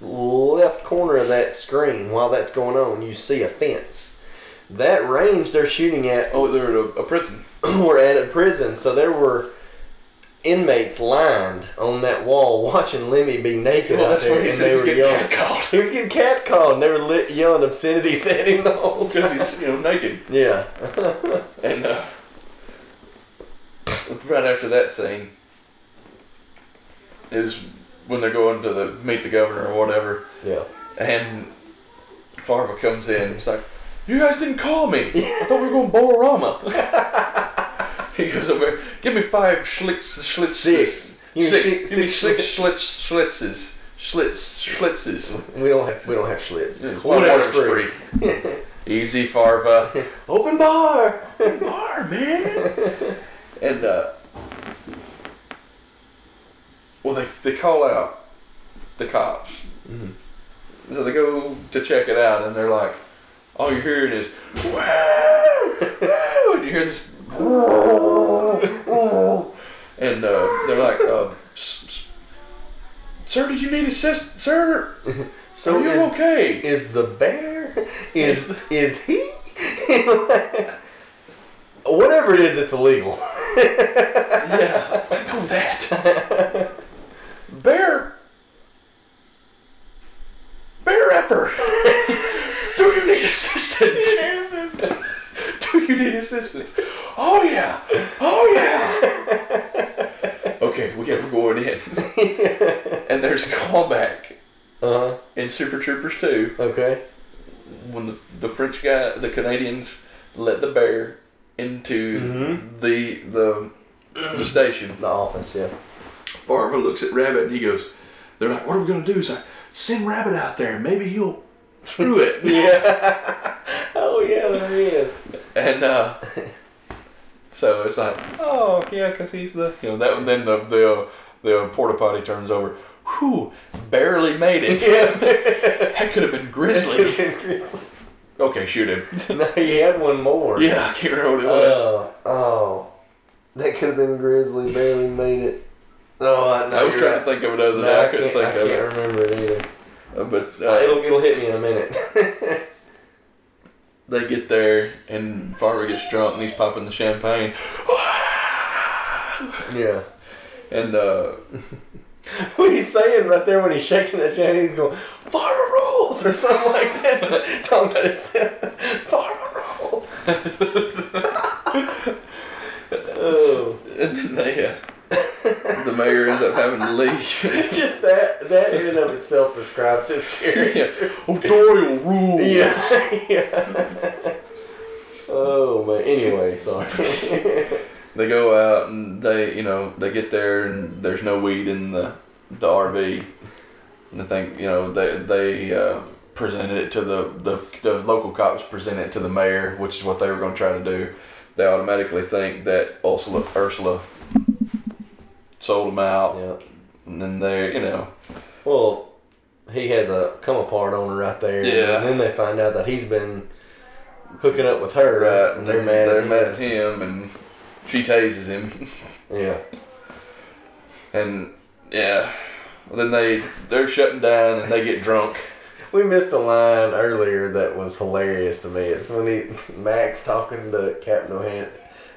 A: left corner of that screen while that's going on, you see a fence. That range they're shooting at
D: Oh, they're at a, a prison.
A: were at a prison, so there were inmates lined on that wall watching Lemmy be naked
D: Well,
A: out
D: that's
A: there,
D: what he
A: and
D: said.
A: they
D: He's
A: were
D: getting
A: yelling.
D: catcalled
A: He was getting catcalled, and they were lit, yelling obscenities at him the whole time.
D: because he's you know naked.
A: Yeah.
D: And uh, right after that scene is when they're going to the meet the governor or whatever,
A: Yeah.
D: and Farva comes in. It's like, you guys didn't call me. I thought we were going Bolorama. he goes over. there, Give me five schlicks, schlitzes.
A: Six. Give me
D: Six.
A: six-
D: Give me
A: six
D: six schlitz, schlitzes. Schlitz, schlitzes.
A: We don't have we don't have Schlitz.
D: Yeah, it's
A: Whatever's
D: water's free. Easy Farva.
A: Open bar.
D: Bar, man. and uh Well they they call out the cops.
A: Mm-hmm.
D: So they go to check it out and they're like all you're hearing is "Woo! Woo!" and you hear this and uh, they're like um, s- s- Sir, do you need assist? Sir,
A: So
D: are you
A: is-
D: okay?
A: is the bear is is he whatever it is it's illegal
D: Yeah, I know that. Bear. Bear Effer. Do you need assistance? Do you need assistance? Oh yeah. Oh yeah. Okay, we got going in. and there's a callback
A: uh-huh
D: in Super Troopers 2
A: okay
D: when the, the French guy, the Canadians, let the bear into the the the station.
A: the office yeah
D: Barber looks at Rabbit and he goes, They're like, What are we gonna do? He's like, Send Rabbit out there, maybe he'll screw it.
A: oh yeah there he is
D: And uh so it's like, Oh yeah, 'cause he's the you know that and then the the uh, the porta potty turns over. Whew, barely made it. That could have been Grizzly. okay, shoot him.
A: no he had one more
D: Yeah, I can't remember what it was.
A: uh, oh That could have been Grizzly. Barely made it. Oh, I know.
D: I was
A: you're
D: trying
A: right.
D: to think of it other than
A: No,
D: I couldn't
A: can't- I
D: think of
A: can't
D: it.
A: remember it either.
D: Uh, But
A: Uh,
D: uh,
A: it'll it'll hit me in a minute.
D: they get there, and Farmer gets drunk, and he's popping the champagne,
A: yeah.
D: and uh,
A: What he's saying right there when he's shaking that chain, he's going, Farmer rules! or something like that. Just talking about himself. Farmer rules! Oh.
D: and then they, uh, the mayor ends up having to leave.
A: Just that, that in and of itself describes his
D: yeah.
A: character.
D: O'Doyle rules.
A: Yeah. yeah. oh, man. Anyway, sorry.
D: They go out and they, you know, they get there and there's no weed in the the RV. And I think, you know, they they uh, presented it to the, the the local cops presented it to the mayor, which is what they were going to try to do. They automatically think that Ursula Ursula sold them out,
A: yeah.
D: and then they, you know,
A: Well, he has a come apart on her right there.
D: Yeah.
A: And then they find out that he's been hooking up with her.
D: right,
A: And they're mad.
D: they're
A: at him.
D: mad at him, and she tases him.
A: Yeah.
D: And yeah, then they they're shutting down and they get drunk.
A: We missed a line earlier that was hilarious to me. It's when he Max talking to Captain O'Han-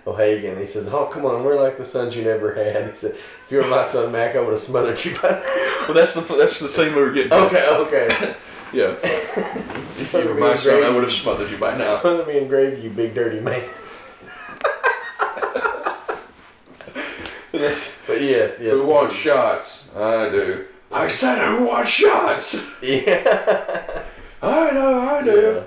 A: O'Hagan. He says, "Oh, come on, we're like the sons you never had." He said, "If you were my son, Mac, I would have smothered you by now."
D: Well, that's the that's the scene we were getting. drunk.
A: okay, okay.
D: Yeah. If you were my son, I would have smothered you by now.
A: Smother me in gravy, you big dirty man. But yes, yes.
D: Who wants shots? I do. I said, who wants shots?
A: Yeah.
D: I know, I
A: yeah.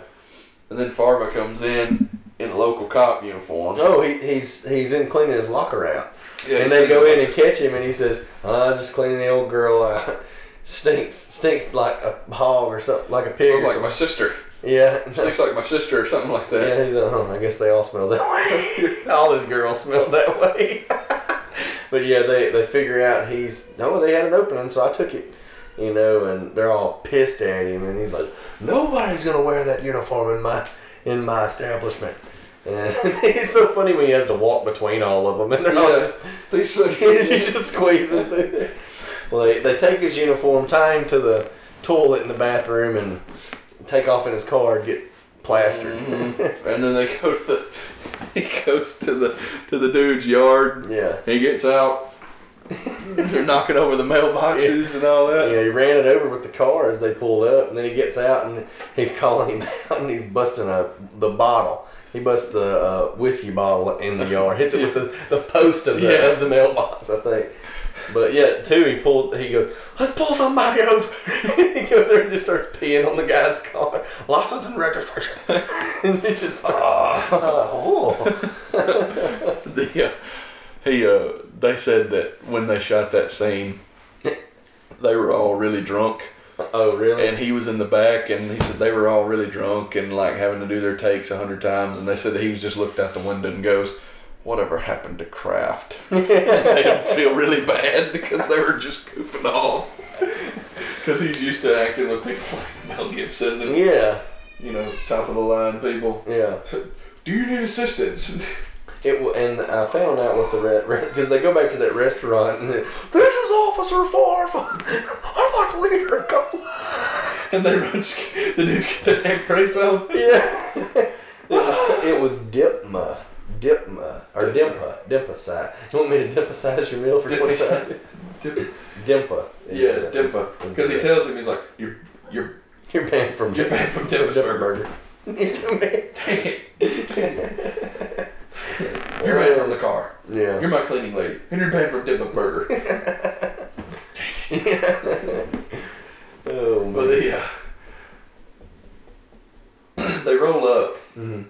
D: And then Farva comes in in a local cop uniform.
A: Oh, he, he's he's in cleaning his locker out.
D: Yeah,
A: and they go in and catch him, and he says, "Ah, just cleaning the old girl out. Stinks, stinks like a hog or something, like a pig
D: Smells
A: or something."
D: like my sister.
A: yeah,
D: Stinks like my sister or something like that.
A: yeah. He's like, "Huh, I guess they all smell that way. all his girls smell that way." but yeah, they they figure out he's no, they had an opening, so I took it. You know, and they're all pissed at him, and he's like, "Nobody's gonna wear that uniform in my in my establishment." And it's so funny when he has to walk between all of them, and they're all
D: Yeah.
A: just
D: These suck-
A: He's just squeezing through there. Well, they, they take his uniform, tie him to the toilet in the bathroom, and take off in his car and get plastered.
D: and then they go to the he goes to the to the dude's yard.
A: yeah.
D: He gets out. They're knocking over the mailboxes and all that.
A: Yeah, he ran it over with the car as they pulled up, and then he gets out and he's calling him out, and he's busting a the bottle. He busts the uh, whiskey bottle in the yard, hits it with the, the post of the,
D: Yeah.
A: of the mailbox, I think. But yeah, too, he pulled. He goes, "Let's pull somebody over." he goes there and just starts peeing on the guy's car, license and registration, and he just starts. Oh.
D: the uh, he uh, they said that when they shot that scene, they were all really drunk,
A: oh, really?
D: and he was in the back, and he said they were all really drunk and like having to do their takes a hundred times, and they said that he was just looked out the window and goes. Whatever happened to Kraft? And they don't feel really bad because they were just goofing off. Because he's used to acting with people like Mel Gibson and
A: yeah,
D: you know top of the line people.
A: yeah.
D: Do you need assistance?
A: It w- and I found out what the because re- 'cause they go back to that restaurant and they, this is Officer Farfa. I'm like a leader. Come.
D: and they run. sc- The dudes get their neck brace on.
A: Yeah. it was it was Dipma. Dipma or Dimpa Dimpasize. You want me to dimpasize your meal for twenty
D: Dimpasize.
A: seconds? Dimpa. is-
D: Yeah,
A: is-
D: Dimpa.
A: is
D: Because he
A: the-
D: tells him, he's like, you're, you're,
A: you're banned from
D: you're banned from Dimma's
A: Dimpa
D: Burger.
A: Burger. You're banned.
D: Dang it. You're banned from the car.
A: Yeah.
D: You're my cleaning lady. And you're banned from Dimma Burger.
A: oh man.
D: But they, uh, they roll up.
A: Mhm.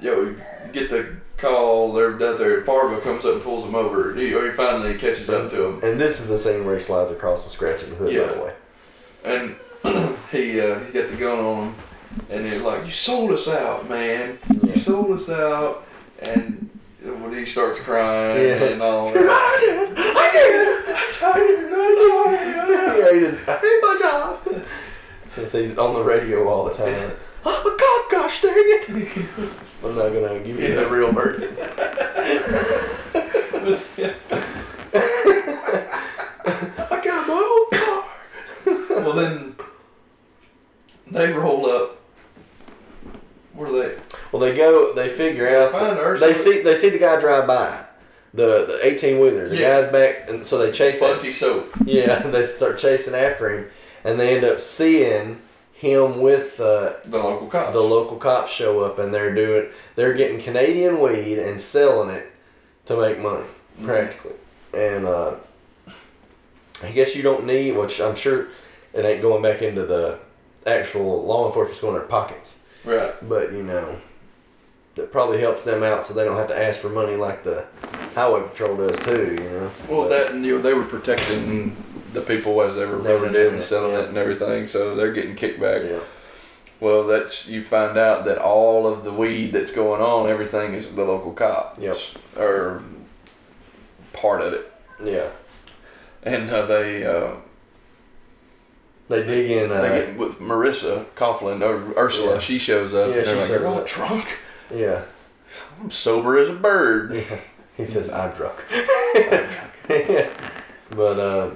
D: Yo, we get the call. They're out there. Farva comes up and pulls them over. He, or he finally catches up to him.
A: And this is the scene where he slides across the scratch of the hood. By
D: Yeah.
A: the way.
D: And he, uh, he's got the gun on him. And he's like, you sold us out, man. You
A: Yeah.
D: sold us out. And when he starts crying
A: Yeah.
D: and all that.
A: I did. I did. yeah, he just, I hate my job. Oh, Because he's on the radio all the time. I'm a cop, gosh dang it. I'm not going to give you the real version.
D: with you.
A: I got my own car.
D: Well, then they roll up. Where they?
A: Well, they go. They figure out.
D: Find Ursula.
A: They see. They see the guy drive by. The the eighteen wheeler. The
D: Yeah.
A: guy's back, and so they chase. him.
D: Bunty soap.
A: Yeah, they start chasing after him, and they end up seeing him with uh,
D: The local cops.
A: the local cops show up, and they're doing. They're getting Canadian weed and selling it to make money,
D: Mm-hmm.
A: practically. And uh, I guess you don't need, which I'm sure it ain't going back into the actual law enforcement's going in their pockets
D: right.
A: but you know, that probably helps them out so they don't have to ask for money like the highway patrol does too. You know.
D: Well,
A: But-
D: that and you know, they were protecting the people as they were
A: They were
D: running
A: doing
D: in and
A: it,
D: selling
A: yeah.
D: it and everything, so they're getting kickback.
A: Yeah.
D: Well, that's you find out that all of the weed that's going on, everything is the local cops.
A: Yep.
D: Or part of it,
A: Yeah.
D: and uh, they uh,
A: They dig in. Uh,
D: they get with Marissa Coughlin or Ursula.
A: Yeah.
D: She shows up.
A: Yeah,
D: and they're
A: she
D: like,
A: shows
D: "You're all
A: up."
D: drunk.
A: yeah.
D: I'm sober as a bird."
A: Yeah. He says I'm drunk. but uh,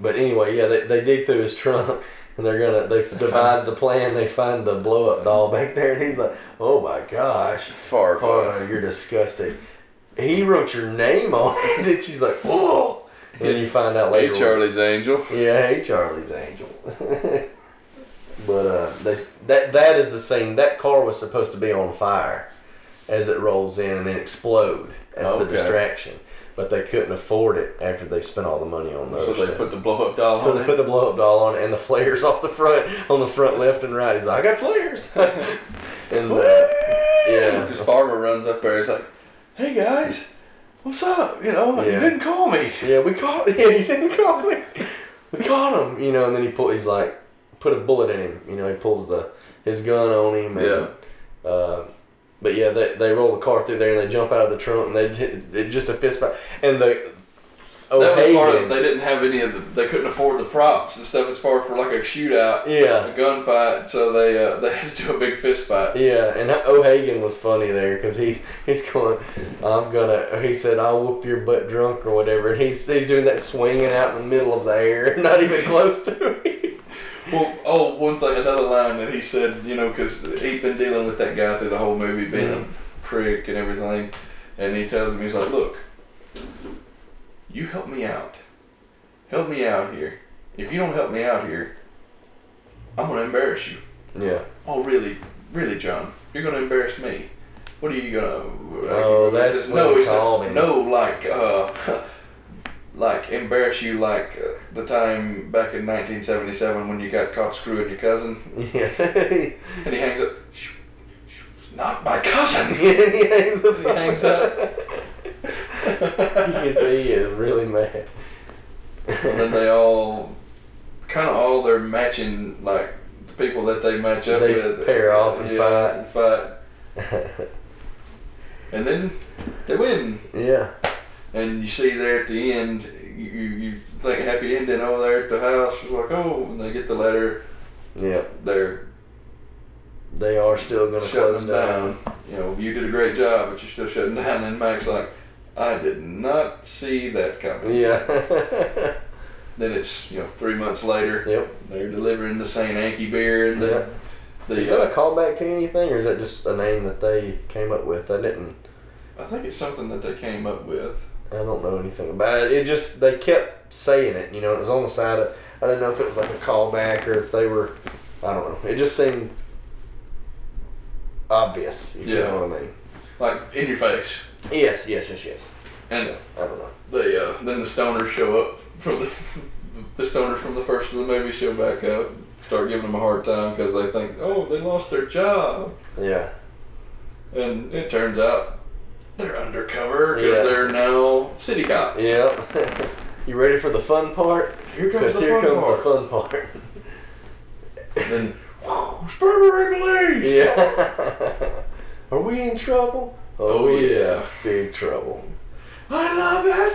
A: but anyway, yeah, they, they dig through his trunk. And they're gonna. They devised a plan. They find the blow up doll back there, and he's like, "Oh my gosh,
D: Far, far.
A: Oh, you're disgusting. He wrote your name on it, and she's like, oh. And then you find out
D: Hey,
A: later.
D: Charlie's Angel.
A: Yeah, hey, Charlie's Angel. but uh, they, that that is the scene. That car was supposed to be on fire as it rolls in and then explode as the
D: Okay.
A: distraction. But they couldn't afford it after they spent all the money on those.
D: So they
A: things.
D: put the blow up doll
A: Oh, So
D: on
A: they
D: it.
A: put the blow up doll on it and the flares off the front on the front left and right. He's like, I got flares. and uh, yeah,
D: Because Farmer runs up there. He's like, "Hey guys, what's up? You know, you
A: Yeah.
D: didn't call me."
A: Yeah, we caught. Yeah, he didn't call me. We caught him, you know. And then he pull. He's like, put a bullet in him. You know, he pulls the his gun on him. And, yeah. Uh, but yeah, they, they roll the car through there and they jump out of the trunk and they j- it just a fist fight and the oh
D: that was part of.
A: Hayden.
D: They didn't have any of the. They couldn't afford the props and stuff as far for like a shootout, a
A: yeah.
D: gunfight. So they uh, they had to do a big fist fight.
A: Yeah, and O'Hagan was funny there because he's he's going, I'm gonna. He said, "I'll whoop your butt drunk" or whatever. And he's he's doing that swinging out in the middle of the air, not even close to me.
D: Well, oh, one thing, another line that he said, you know, because he's been dealing with that guy through the whole movie, being
A: Mm-hmm.
D: a prick and everything, and he tells him, he's like, "Look, you help me out, help me out here. If you don't help me out here, I'm gonna embarrass you."
A: Yeah.
D: Oh, really? Really, John? You're gonna embarrass me? What are you gonna?
A: Oh,
D: he
A: that's
D: says,
A: what he
D: it's not-
A: called him.
D: No, like, uh, like embarrass you like uh, the time back in 1977 when you got caught screwing your cousin,
A: Yeah.
D: and he hangs up. "Sh- sh- Not my cousin.
A: he hangs the
D: He
A: phone
D: hangs up.
A: you can see he is really mad.
D: and then they all, kind of all, they're matching like the people that they match up
A: They
D: with.
A: pair off and fight.
D: And fight. And then they win.
A: yeah.
D: And you see there at the end, you, you you think happy ending over there at the house. It's like, oh, and they get the letter.
A: Yeah.
D: They're
A: They are still gonna close
D: shutting them
A: down.
D: down. You know, you did a great job, but you're still shutting down. And Mac's like, I did not see that coming.
A: Yeah.
D: Then it's, you know, three months later,
A: yep.
D: they're delivering the St. Anky beer. And
A: Yeah.
D: the,
A: Is
D: the,
A: that a
D: uh,
A: callback to anything, or is that just a name that they came up with? I didn't.
D: I think it's something that they came up with.
A: I don't know anything about it. It just they kept saying it. You know, it was on the side of. I didn't know if it was like a callback or if they were. I don't know. It just seemed obvious. If You
D: Yeah.
A: know what I mean?
D: Like, in your face.
A: Yes. Yes. Yes. Yes.
D: And
A: So, I don't know.
D: they uh, then the stoners show up from the, the stoners from the first of the movie show back up, start giving them a hard time because they think, oh, they lost their job,
A: Yeah.
D: and it turns out they're undercover because
A: Yeah.
D: they're now city cops.
A: Yeah. you ready for the fun part?
D: here comes
A: Because
D: the
A: here
D: fun
A: comes
D: part.
A: the fun part.
D: Then, whew, Strawberry Police.
A: yeah. Are we in trouble?
D: Oh, yeah.
A: Big trouble.
D: I love that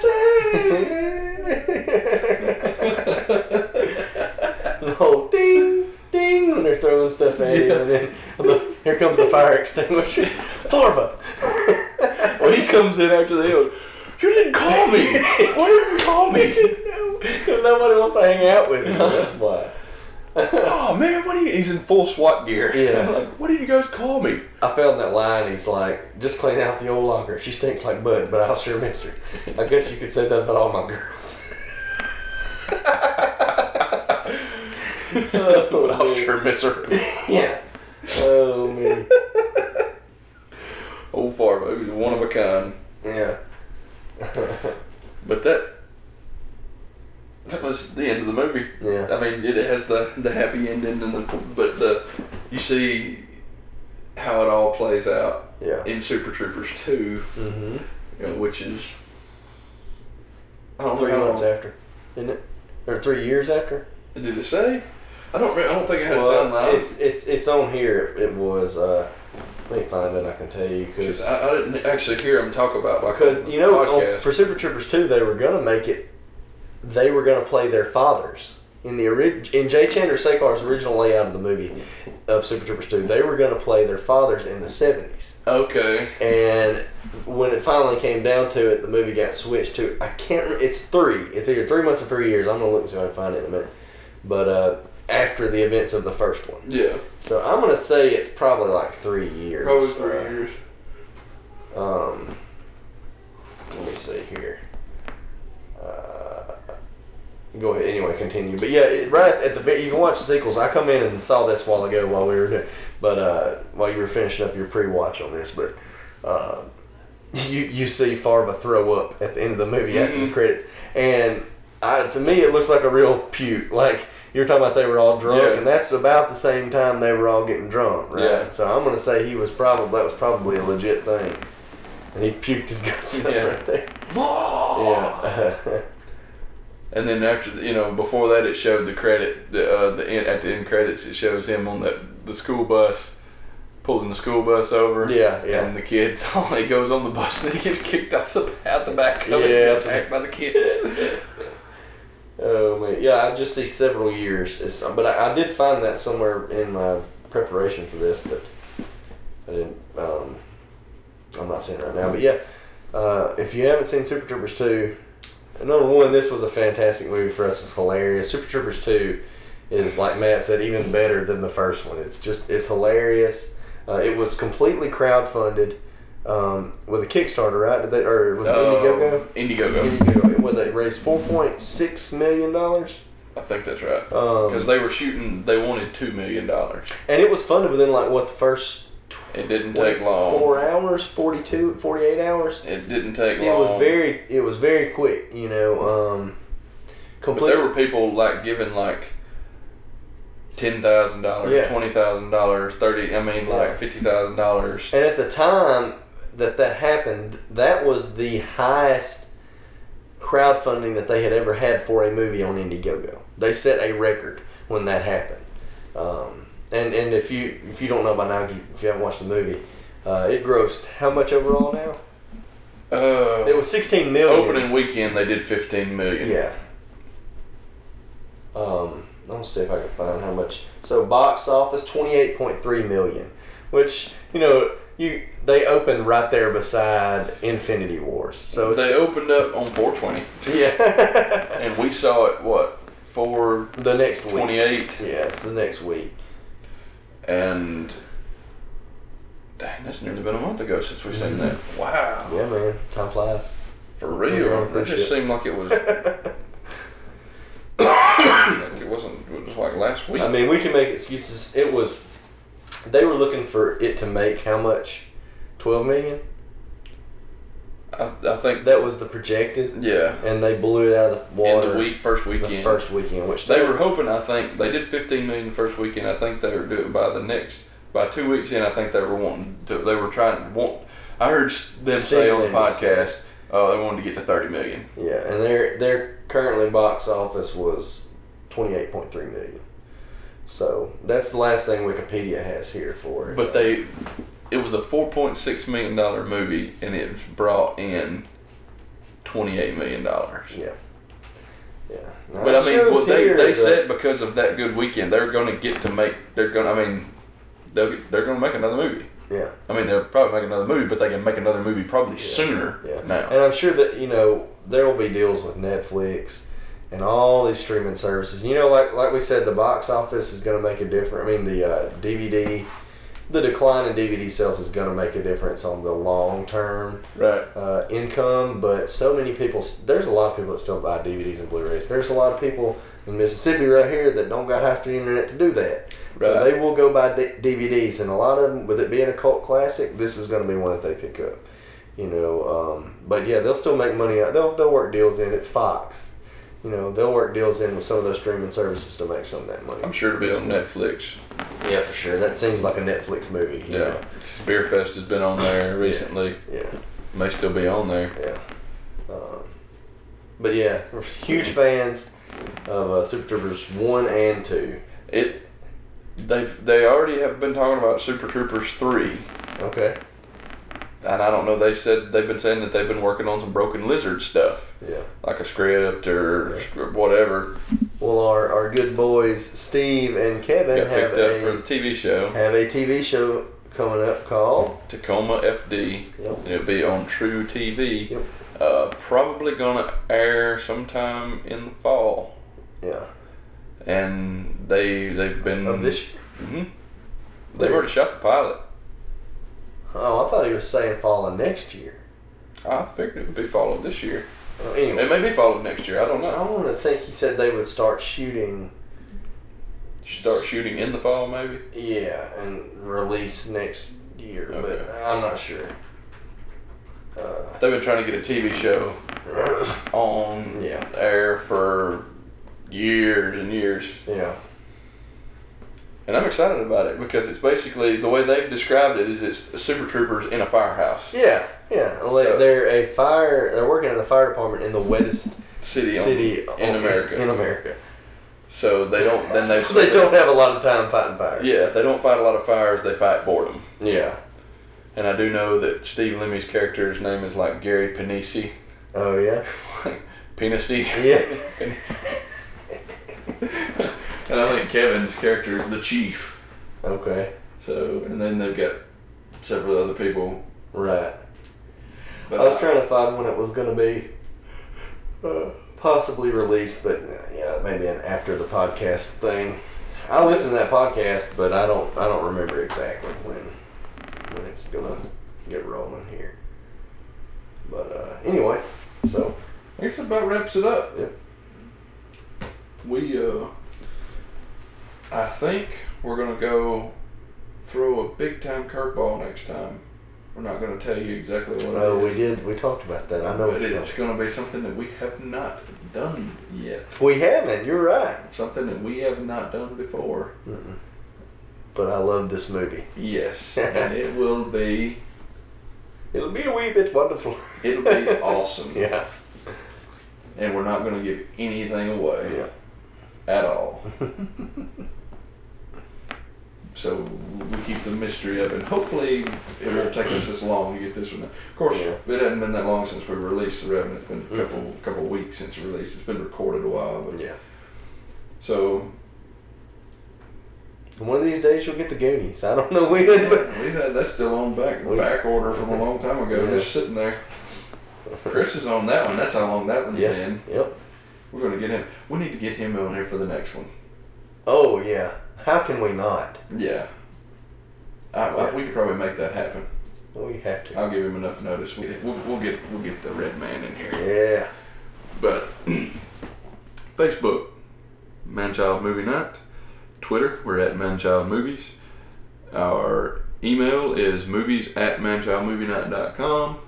A: The whole ding, ding, when they're throwing stuff at him, and then look, here comes the fire extinguisher. Farva!
D: when he comes in after the hill, You didn't call me. Why didn't you call me?
A: Because nobody wants to hang out with you. That's why.
D: Oh man, what are you? He's in full SWAT gear.
A: Yeah.
D: I'm like, what did you guys call me?
A: I found that line. He's like, just clean out the old locker. She stinks like bud, but I'll sure miss her. I guess you could say that about all my girls.
D: but I'll
A: man.
D: sure miss her.
A: yeah. Oh man.
D: Old Fargo, he was one of a kind.
A: Yeah.
D: But that that was the end of the movie.
A: Yeah.
D: I mean, it has the the happy ending and the but the you see how it all plays out
A: Yeah.
D: in Super Troopers two,
A: Mm-hmm.
D: you know, which is I don't
A: Three
D: know how
A: months
D: long-
A: after, isn't it? Or three years after?
D: Did it say? I don't. re- I don't think I had a
A: Well,
D: timeline.
A: it's it's it's on here. It was. Uh, let me find it. I can tell you
D: 'Cause
A: because
D: I, I didn't actually hear him talk about my
A: because you know
D: podcast.
A: on, for Super Troopers two they were gonna make it. They were gonna play their fathers in the orig- in Jay Chandler Sekhar's original layout of the movie of Super Troopers two. They were gonna play their fathers in the seventies.
D: okay,
A: And when it finally came down to it, the movie got switched to I can't. re- It's three. It's either three months or three years. I'm gonna look and see if I can find it in a minute. But uh, after the events of the first one,
D: yeah,
A: so I'm gonna say it's probably like three years.
D: probably three
A: Uh,
D: years.
A: Um, let me see here. Uh, go ahead. Anyway, continue. But yeah, it, right at the bit you can watch the sequels. I come in and saw this a while ago while we were doing, but uh, while you were finishing up your pre-watch on this, but uh, you you see Farva throw up at the end of the movie after the
D: Mhm.
A: credits, and I, to me it looks like a real puke. Like you were talking about, they were all drunk,
D: Yeah.
A: and that's about the same time they were all getting drunk, right?
D: Yeah.
A: So I'm gonna say he was probably that was probably a legit thing. And he puked his guts out
D: Yeah.
A: right there. Yeah.
D: And then after the- you know before that it showed the credit the uh, the end, at the end credits it shows him on the the school bus pulling the school bus over.
A: Yeah, yeah.
D: And the kids on it goes on the bus and he gets kicked off the out the back of it
A: Yeah.
D: and attacked by the kids.
A: oh man, yeah. I just see several years. It's, but I, I did find that somewhere in my preparation for this, but I didn't. Um, I'm not seeing it right now. But yeah, uh, if you haven't seen Super Troopers two, number one, this was a fantastic movie for us. It's hilarious. Super Troopers two is like Matt said, even better than the first one. It's just it's hilarious. Uh, it was completely crowdfunded um, with a Kickstarter, right? Did they, or was it Indiegogo?
D: Oh, Indiegogo.
A: Where they raised four point six million dollars,
D: I think that's right.
A: um,
D: Because they were shooting, they wanted two million dollars.
A: and it was funded within like what the first
D: It didn't take long.
A: four hours, 42, 48 hours.
D: It didn't take long.
A: It was very, it was very quick, you know. Um,
D: But there
A: completely,
D: were people like giving like ten thousand
A: Yeah.
D: dollars, twenty thousand dollars, thirty. I mean,
A: Yeah.
D: like fifty thousand dollars.
A: and at the time that that happened, that was the highest crowdfunding that they had ever had for a movie on Indiegogo. They set a record when that happened. Um, and and if you if you don't know by now, if you- if you haven't watched the movie, uh, it grossed how much overall now?
D: Uh,
A: It was sixteen million.
D: opening weekend. They did fifteen million.
A: Yeah. Um, let me see if I can find how much. So box office twenty eight point three million, which you know you they opened right there beside Infinity Wars. So it's,
D: They opened up on four twenty,
A: yeah,
D: and we saw it what four
A: the next week.
D: twenty eight,
A: Yeah, it's the next week.
D: and dang, that's nearly been a month ago since we seen that. Wow,
A: Mm-hmm. Yeah, Mm-hmm. man, time flies.
D: for
A: Yeah,
D: real. That
A: that
D: just
A: shit.
D: seemed like it was. like it wasn't. It was like last week.
A: I mean, we can make excuses. It was they were looking for it to make how much? Twelve million.
D: I, I think.
A: That was the projected,
D: yeah.
A: and they blew it out of the
D: In
A: water
D: the week, first
A: the
D: weekend.
A: first weekend, which
D: They were hoping. I think they did 15 million the first weekend. I think they were doing by the next by two weeks in. I think they were wanting to. They were trying to want. I heard them say on the podcast. Oh, they wanted to get to 30 million.
A: Yeah, and their their currently box office was twenty eight point three million. So that's the last thing Wikipedia has here for it.
D: But they, it was a 4.6 million dollar movie, and it brought in 28 million dollars.
A: yeah, yeah. Now,
D: But I
A: it
D: mean,
A: shows
D: well, they,
A: here
D: they
A: that-
D: said because of that good weekend, they're going to get to make. They're going. to I mean, they'll, get- they're going to make another movie.
A: Yeah.
D: I mean, they'll probably make another movie, but they can make another movie probably sooner
A: Yeah.
D: now.
A: And I'm sure that, you know, there will be deals with Netflix and all these streaming services. You know, like like we said, the box office is going to make a difference. I mean, the uh, DVD, the decline in DVD sales is going to make a difference on the long term
D: right.
A: uh, income. But so many people, there's a lot of people that still buy DVDs and Blu-rays. There's a lot of people in Mississippi right here that don't got high-speed internet to do that. So
D: Right.
A: they will go buy D- DVDs, and a lot of them, with it being a cult classic, this is going to be one that they pick up. You know, um, but yeah, they'll still make money out. They'll they'll work deals in. It's Fox. You know, they'll work deals in with some of those streaming services to make some of that money.
D: I'm sure it'll be on Netflix.
A: Yeah, for sure. That seems like a Netflix movie. you
D: Yeah.
A: know.
D: Beer Fest has been on there recently.
A: Yeah.
D: May still be on there.
A: Yeah. Um, but yeah, we're huge fans of uh, Super Troopers 1 and 2.
D: It. They've, they already have been talking about Super Troopers 3.
A: Okay.
D: And I don't know, they said they've been saying that they've been working on some Broken Lizard stuff,
A: Yeah.
D: like a script or script- whatever.
A: Well, our, our good boys, Steve and Kevin,
D: Got
A: have
D: picked up for
A: a,
D: the TV show,
A: have a TV show coming up called.
D: Tacoma FD.
A: Yep.
D: And it'll be on True TV.
A: Yep.
D: Uh, probably gonna air sometime in the fall.
A: Yeah.
D: And they they've been
A: Of this.
D: hmm They've already shot the pilot.
A: Oh, I thought he was saying fall of next year.
D: I figured it would be fall of this year.
A: Uh, anyway,
D: It may be fall of next year. I don't
A: I
D: know.
A: want to think he said they would start shooting.
D: Start shooting in the fall maybe.
A: Yeah, and release next year, but
D: Okay.
A: I'm not sure. Uh,
D: They've been trying to get a TV show on
A: Yeah.
D: air for years and years.
A: yeah.
D: And I'm excited about it because it's basically the way they've described it is it's Super Troopers in a firehouse.
A: Yeah, yeah. Like
D: So-
A: they're a fire. They're working in the fire department in the wettest
D: City, on-
A: city
D: in
A: on-
D: America.
A: Oh, In America,
D: So they don't. Then they.
A: so they don't have a lot of time fighting fire.
D: Yeah, they don't fight a lot of fires. They fight boredom.
A: Yeah.
D: And I do know that Steve Lemmy's character's name is like Gary Panisi,
A: Oh yeah.
D: like Penisi.
A: Yeah.
D: and I think Kevin's character, the chief.
A: Okay.
D: So and then they've got several other people.
A: Right.
D: But
A: I was trying to find when it was going to be uh, possibly released, but uh, yeah, maybe an after the podcast thing. I listened to that podcast, but I don't. I don't remember exactly when when it's gonna get rolling here. But uh, anyway, so
D: I guess that about wraps it up.
A: Yep.
D: We uh I think we're gonna go throw a big time curveball next time. We're not gonna tell you exactly what
A: Oh,
D: it
A: we
D: is.
A: did. We talked about that. I know what
D: But
A: you're
D: it's
A: talking
D: gonna be something that we have not done yet.
A: about. We haven't. You're right.
D: Something that we have not done before.
A: Mm-mm. But I love this movie.
D: Yes. and it will be
A: It'll be a wee bit wonderful.
D: it'll be awesome.
A: yeah.
D: And we're not gonna give anything away
A: Yeah.
D: at all. So we keep the mystery up, and hopefully it won't take us this long to get this one. out. Of course,
A: Yeah. Hmm.
D: it hasn't been that long since we released the Revenant. It's been a couple couple weeks since release. It's been recorded a while, but
A: yeah.
D: So
A: And one of these days you'll get the Goonies. I don't know when, but
D: we've had that's still on back
A: We-
D: back order from a long time ago,
A: Yeah.
D: just sitting there. Chris is on that one. That's how long that one's
A: yeah.
D: been.
A: Yep.
D: We're gonna get him. We need to get him on here for the next one.
A: Oh yeah. How can we not?
D: Yeah. I, I, we could probably make that happen.
A: We Oh, have to.
D: I'll give him enough notice. We, we'll, we'll get we'll get the red man in here.
A: yeah.
D: But Facebook, Manchild Movie Night. Twitter, we're at Manchild Movies. Our email is movies at manchildmovienight.com.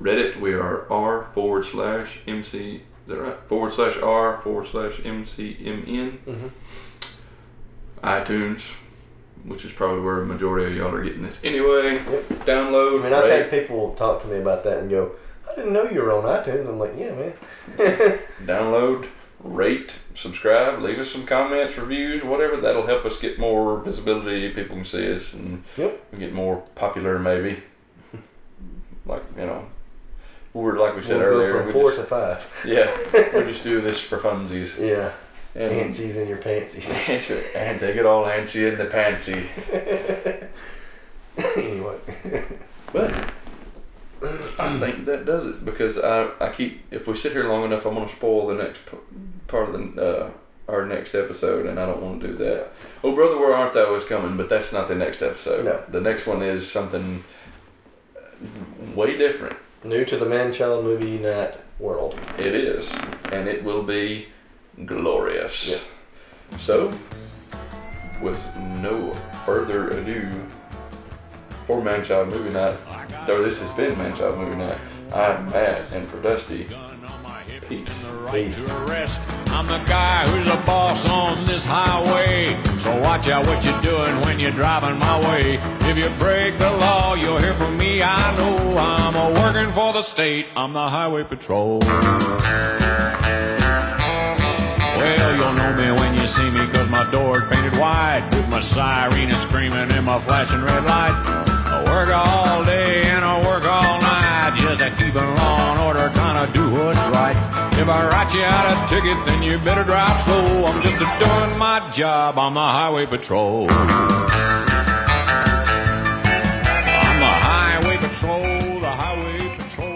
D: Reddit, we are r forward slash mc. Is that right? Forward slash r forward slash mcmn.
A: Mhm.
D: iTunes, which is probably where the majority of y'all are getting this anyway.
A: Yep. I
D: Download.
A: mean, I've
D: rate.
A: had people talk to me about that and go, "I didn't know you were on iTunes." I'm like, "Yeah, man."
D: download, rate, subscribe, leave us some comments, reviews, whatever. That'll help us get more visibility. People can see us and
A: Yep.
D: get more popular, maybe. like you know, we're like we
A: we'll
D: said
A: go
D: earlier.
A: from
D: we
A: four
D: just-
A: to five.
D: yeah, we just do this for funsies.
A: Yeah.
D: And,
A: Pansies in your pansies.
D: and take it all antsy in the pantsy.
A: anyway.
D: But I think that does it because I, I keep if we sit here long enough, I'm gonna spoil the next p- part of the uh, our next episode, and I don't want to do that. Oh, brother, where art thou is coming, but that's not the next episode.
A: No.
D: The next one is something way different.
A: New to the man child movie night world.
D: It is, and it will be glorious.
A: Yep.
D: So, with no further ado, for Man Child Movie Night, though this has been Man Child Movie Night, I'm Matt, and for Dusty,
F: gun on my hip
D: peace.
F: and the right
A: Peace.
F: to arrest. I'm the guy who's the boss on this highway. So watch out what you're doing when you're driving my way. If you break the law, you'll hear from me. I know I'm a working for the state. I'm the highway patrol. Well, you'll know me when you see me, cause my door's painted wide. With my siren is screaming and my flashing red light. I work all day and I work all night. Just to keep in law and order, trying to do what's right. If I write you out a ticket, then you better drive slow. I'm just a doing my job, I'm the highway patrol. I'm the highway patrol, the highway patrol.